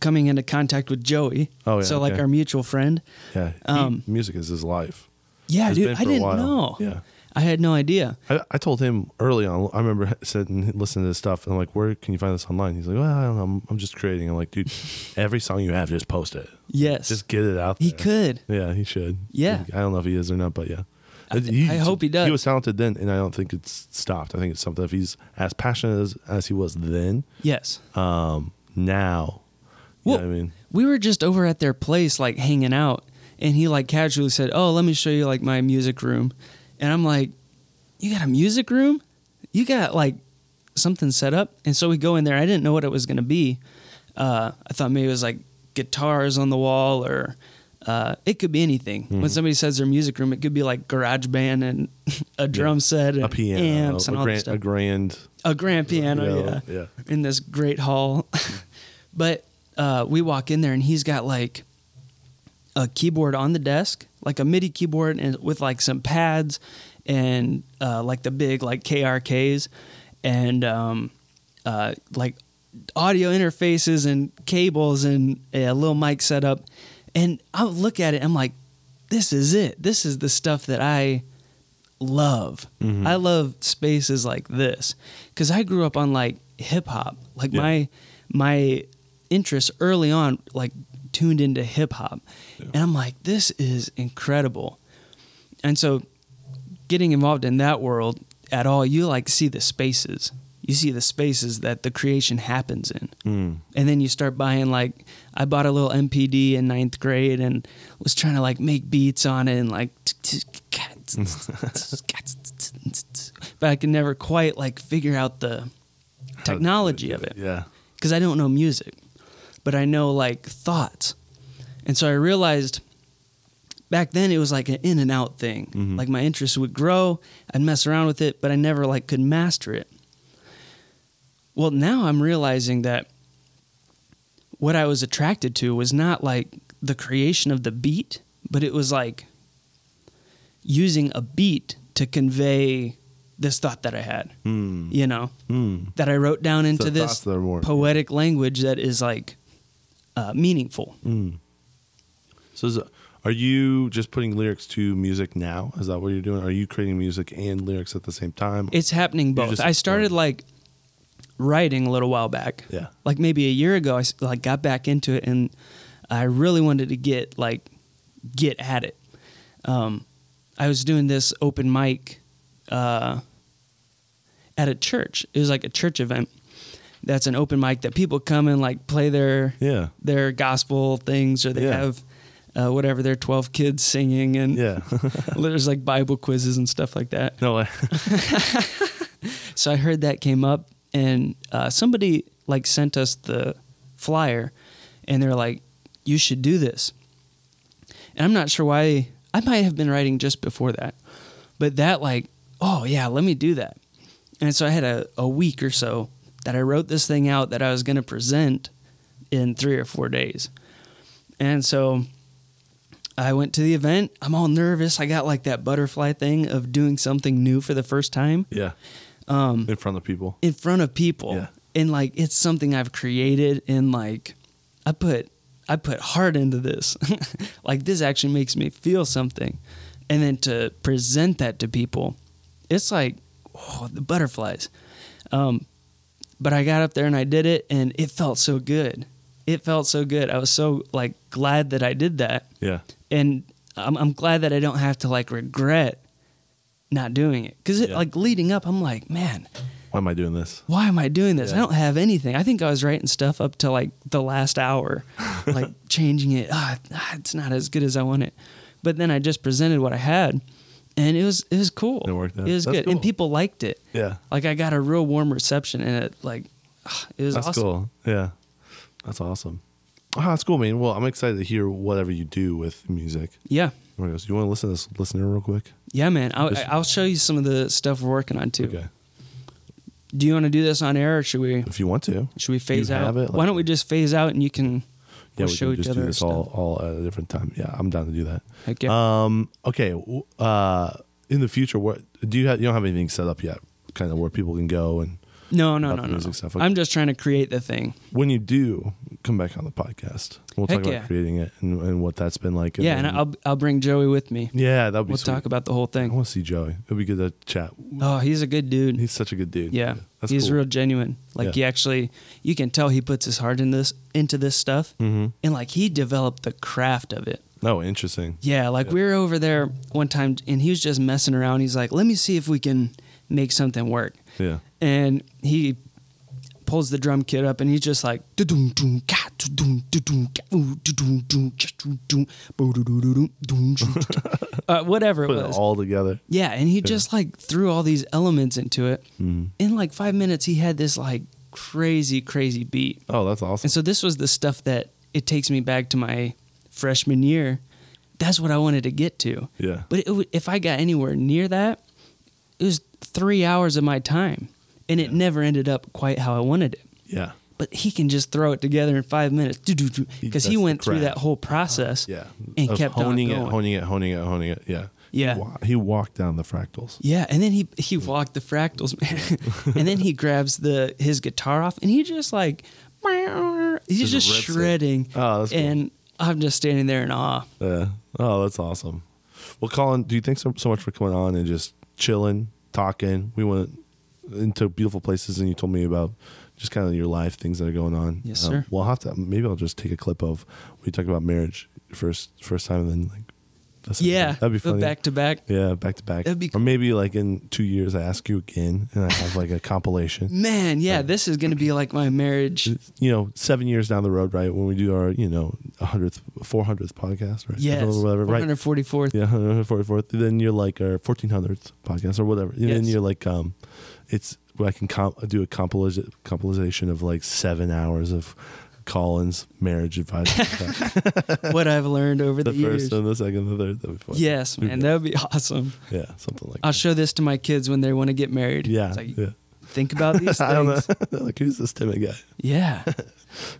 S2: coming into contact with Joey.
S1: Oh, yeah,
S2: So like
S1: okay.
S2: our mutual friend.
S1: Yeah. He-
S2: Um,
S1: music is his life.
S2: Yeah,
S1: Has
S2: dude,
S1: been
S2: I
S1: for a
S2: didn't
S1: while.
S2: know.
S1: Yeah.
S2: I had no idea.
S1: I, I told him early on. I remember sitting listening to this stuff, and I'm like, "Where can you find this online?" He's like, "Well, I don't know. I'm, I'm just creating." I'm like, "Dude, every song you have, just post it.
S2: Yes.
S1: Just get it out." There.
S2: he could.
S1: Yeah, he should.
S2: Yeah.
S1: I don't know if he is or not, but yeah. I,
S2: I hope he does.
S1: He was talented then, and I don't think it's stopped. I think it's something. If he's as passionate as, as he was then,
S2: Yes.
S1: um, now, you
S2: Well,
S1: know what I mean,
S2: we were just over at their place, like hanging out, and he like casually said, "Oh, let me show you like my music room," and I'm like, "You got a music room? You got like something set up?" And so we go in there. I didn't know what it was gonna be. Uh, I thought maybe it was like guitars on the wall, or uh, it could be anything.
S1: Mm-hmm.
S2: When somebody says their music room, it could be like garage band and a drum set, and
S1: a piano,
S2: amps, and
S1: a,
S2: all
S1: grand,
S2: this stuff
S1: a grand,
S2: a grand piano,
S1: Yeah,
S2: yeah,
S1: yeah.
S2: in this great hall. but uh, we walk in there, and he's got like a keyboard on the desk, like a MIDI keyboard, and with like some pads and uh, like the big like KRKs and um, uh, like audio interfaces and cables and a little mic setup. And I look at it, I'm like, this is it. This is the stuff that I love. I love spaces like this because I grew up on like hip hop. Like
S1: Yeah.
S2: my my interests early on like tuned into hip hop, and I'm like, this is incredible. And so, getting involved in that world at all, you like see the spaces. you see the spaces that the creation happens in. Mm. And then you start buying like I bought a little MPD in ninth grade and was trying to like make beats on it and like but I could never quite like figure out the technology of it.
S1: Yeah.
S2: Because I don't know music, but I know like thoughts. And so I realized back then it was like an in and out thing. Like my interest would grow, I'd mess around with it, but I never like could master it. Well, now I'm realizing that what I was attracted to was not like the creation of the beat, but it was like using a beat to convey this thought that I had,
S1: Mm.
S2: you know,
S1: Mm.
S2: that I wrote down into
S1: So
S2: this
S1: thoughts that are more-
S2: poetic language that is like uh, meaningful.
S1: Mm. So, is, are you just putting lyrics to music now? Is that what you're doing? Are you creating music and lyrics at the same time?
S2: It's happening both.
S1: just
S2: I started
S1: exploring.
S2: like writing a little while back.
S1: Yeah.
S2: Like maybe a year ago, I s- like got back into it, and I really wanted to get like get at it. Um, I was doing this open mic uh, at a church. It was like a church event. That's an open mic that people come and like play their
S1: yeah.
S2: their gospel things, or they
S1: Yeah.
S2: have uh, whatever their twelve kids singing, and
S1: Yeah.
S2: there's like Bible quizzes and stuff like that.
S1: no, I,
S2: So I heard that came up, and uh, somebody like sent us the flyer, and they're like, "You should do this." And I'm not sure why. I might have been writing just before that, but that like, oh yeah, let me do that. And so I had a, a week or so that I wrote this thing out that I was going to present in three or four days. And so I went to the event. I'm all nervous. I got like that butterfly thing of doing something new for the first time
S1: yeah.
S2: Um,
S1: in front of people.
S2: in front of people
S1: Yeah.
S2: and like it's something i've created and like i put i put heart into this like this actually makes me feel something and then to present that to people it's like oh, the butterflies um, but i got up there and i did it and it felt so good it felt so good i was so like glad that i did that
S1: Yeah.
S2: and I'm, I'm glad that I don't have to like regret not doing it because it
S1: Yeah.
S2: like leading up I'm like man
S1: Why am I doing this?
S2: why am I doing this I
S1: Yeah.
S2: don't have anything I think I was writing stuff up to like the last hour like changing it ah, ah, it's not as good as I want it but then I just presented what I had and it was it was cool
S1: It worked out.
S2: it was
S1: That's
S2: good
S1: cool.
S2: and people liked it
S1: Yeah.
S2: like I got a real warm reception and it like ah, it was
S1: That's
S2: awesome
S1: cool. Yeah. That's awesome. Oh, that's cool, man. Well, I'm excited to hear whatever you do with music.
S2: yeah
S1: Here we go. So you want to listen to this listener real quick?
S2: yeah man I'll,
S1: This-
S2: I'll show you some of the stuff we're working on too
S1: Okay.
S2: do you want to do this on air or should we
S1: If you want to.
S2: Should we phase
S1: You
S2: out?
S1: have it, like-
S2: Why don't we just phase out and you can
S1: Yeah,
S2: we'll
S1: we
S2: show
S1: can
S2: each
S1: just
S2: other
S1: do
S2: our
S1: this
S2: stuff.
S1: all, all at a different time. Yeah, I'm down to do that.
S2: Heck yeah.
S1: Um, okay. w- Uh, in the future, what do you have? You don't have anything set up yet, kind of where people can go. And
S2: no, no,
S1: about
S2: no,
S1: the
S2: no.
S1: music
S2: no.
S1: stuff, okay.
S2: I'm just trying to create the thing.
S1: when you do, come back on the podcast. We'll
S2: Heck
S1: talk about
S2: yeah.
S1: creating it and, and what that's been like.
S2: yeah, and
S1: then-
S2: I'll I'll bring Joey with me.
S1: yeah, that'll be.
S2: We'll
S1: sweet.
S2: talk about the whole
S1: I
S2: thing.
S1: want to see Joey. It'll be good to chat.
S2: Oh, he's a good dude.
S1: He's such a good dude.
S2: yeah,
S1: that's
S2: he's
S1: cool.
S2: real genuine. Like
S1: Yeah.
S2: he actually, you can tell he puts his heart in this into this stuff,
S1: Mhm.
S2: and like he developed the craft of it.
S1: Oh, interesting.
S2: Yeah, like we were over there one time, and he was just messing around. He's like, "Let me see if we can make something work."
S1: Yeah.
S2: and he pulls the drum kit up and he's just like "Du-dum, dum, ka, du-dum, du-dum, ka, ooh, du-dum, dum, cha, du-dum, bo-du-du-du-dum, dum, chu, chu, chu." Uh, whatever it
S1: Put it
S2: was
S1: all together.
S2: yeah and he just like threw all these elements into it
S1: Hmm.
S2: in like five minutes he had this like crazy crazy beat
S1: Oh, that's awesome.
S2: and so this was the stuff that it takes me back to my freshman year that's what i wanted to get to
S1: Yeah.
S2: but it, w- if I got anywhere near that, it was three hours of my time, and it never ended up quite how I wanted it.
S1: yeah.
S2: But he can just throw it together in five minutes, because
S1: that's
S2: he
S1: the
S2: went through
S1: craft.
S2: that whole process,
S1: Yeah.
S2: and
S1: Of
S2: kept on
S1: honing
S2: going.
S1: it, honing it, honing it, honing it. Yeah.
S2: Yeah.
S1: He, wa- he walked down the fractals.
S2: Yeah, and then he he walked the fractals, man, and then he grabs the his guitar off, and he just like he's
S1: Just
S2: just
S1: rips it.
S2: shredding,
S1: Oh, that's cool.
S2: and I'm just standing there in awe.
S1: Yeah. Oh, that's awesome. Well, Colin, do you thanks so, so much for coming on and just chilling, talking? We went into beautiful places, and you told me about just kind of your life, things that are going on. Um,
S2: Yes, sir.
S1: We'll have to. Maybe I'll just take a clip of we talked about marriage first first time, and then like That's
S2: Yeah,
S1: that'd be
S2: but
S1: funny.
S2: Back to back,
S1: yeah, back to back.
S2: That'd be
S1: or maybe like in two years, I ask you again, and I have like a compilation.
S2: man. Yeah, this is gonna be like my marriage.
S1: You know, seven years down the road, right when we do our you know hundredth, four hundredth podcast, right?
S2: Yes,
S1: or whatever, right?
S2: 144th.
S1: Yeah, 144th. Then you're like our 1400th podcast or whatever. And then
S2: Yes.
S1: you're like, um, it's I can comp- do a compilation compilation of like seven hours of Collins marriage advice. the
S2: What I've learned over the,
S1: first
S2: years.
S1: and the second, the third. That'd be fun.
S2: Yes,
S1: We'd
S2: man,
S1: be-
S2: that would be awesome.
S1: yeah, something like
S2: I'll
S1: that.
S2: show this to my kids when they want to get married.
S1: yeah,
S2: Ah, It's like,
S1: yeah.
S2: think about these things.
S1: I don't know. They're like, who's this timid guy?
S2: Yeah,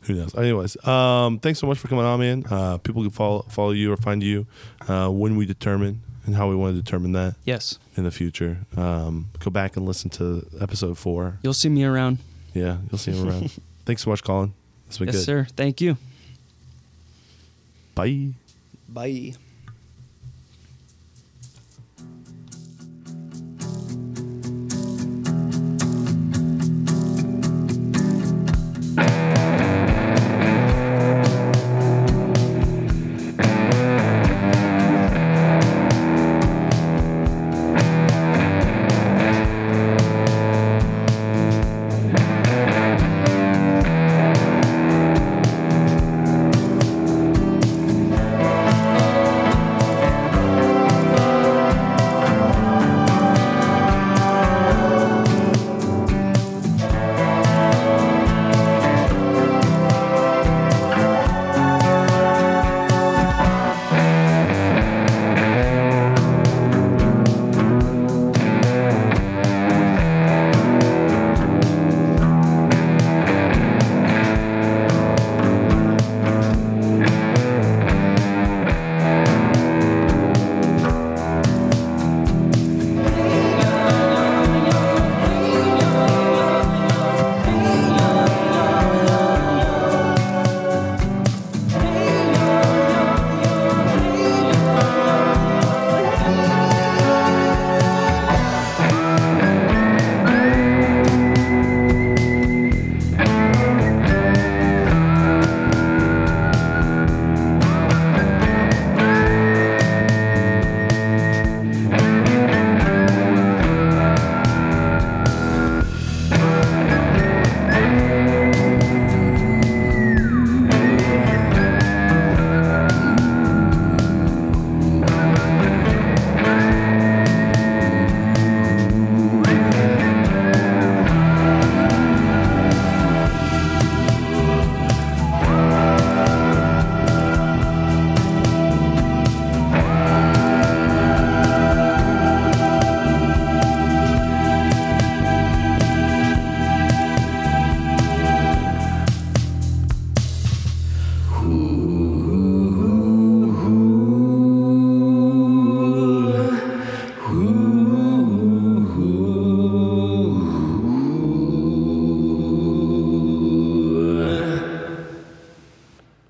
S1: Who knows? Anyways, um, thanks so much for coming on, man. Uh, people can follow follow you or find you uh, when we determine and how we want to determine that
S2: yes.
S1: in the future. Um, go back and listen to episode four.
S2: You'll see me around.
S1: Yeah, you'll see him around. Thanks so much, Colin. It's been
S2: yes,
S1: good.
S2: sir. Thank you.
S1: Bye.
S2: Bye.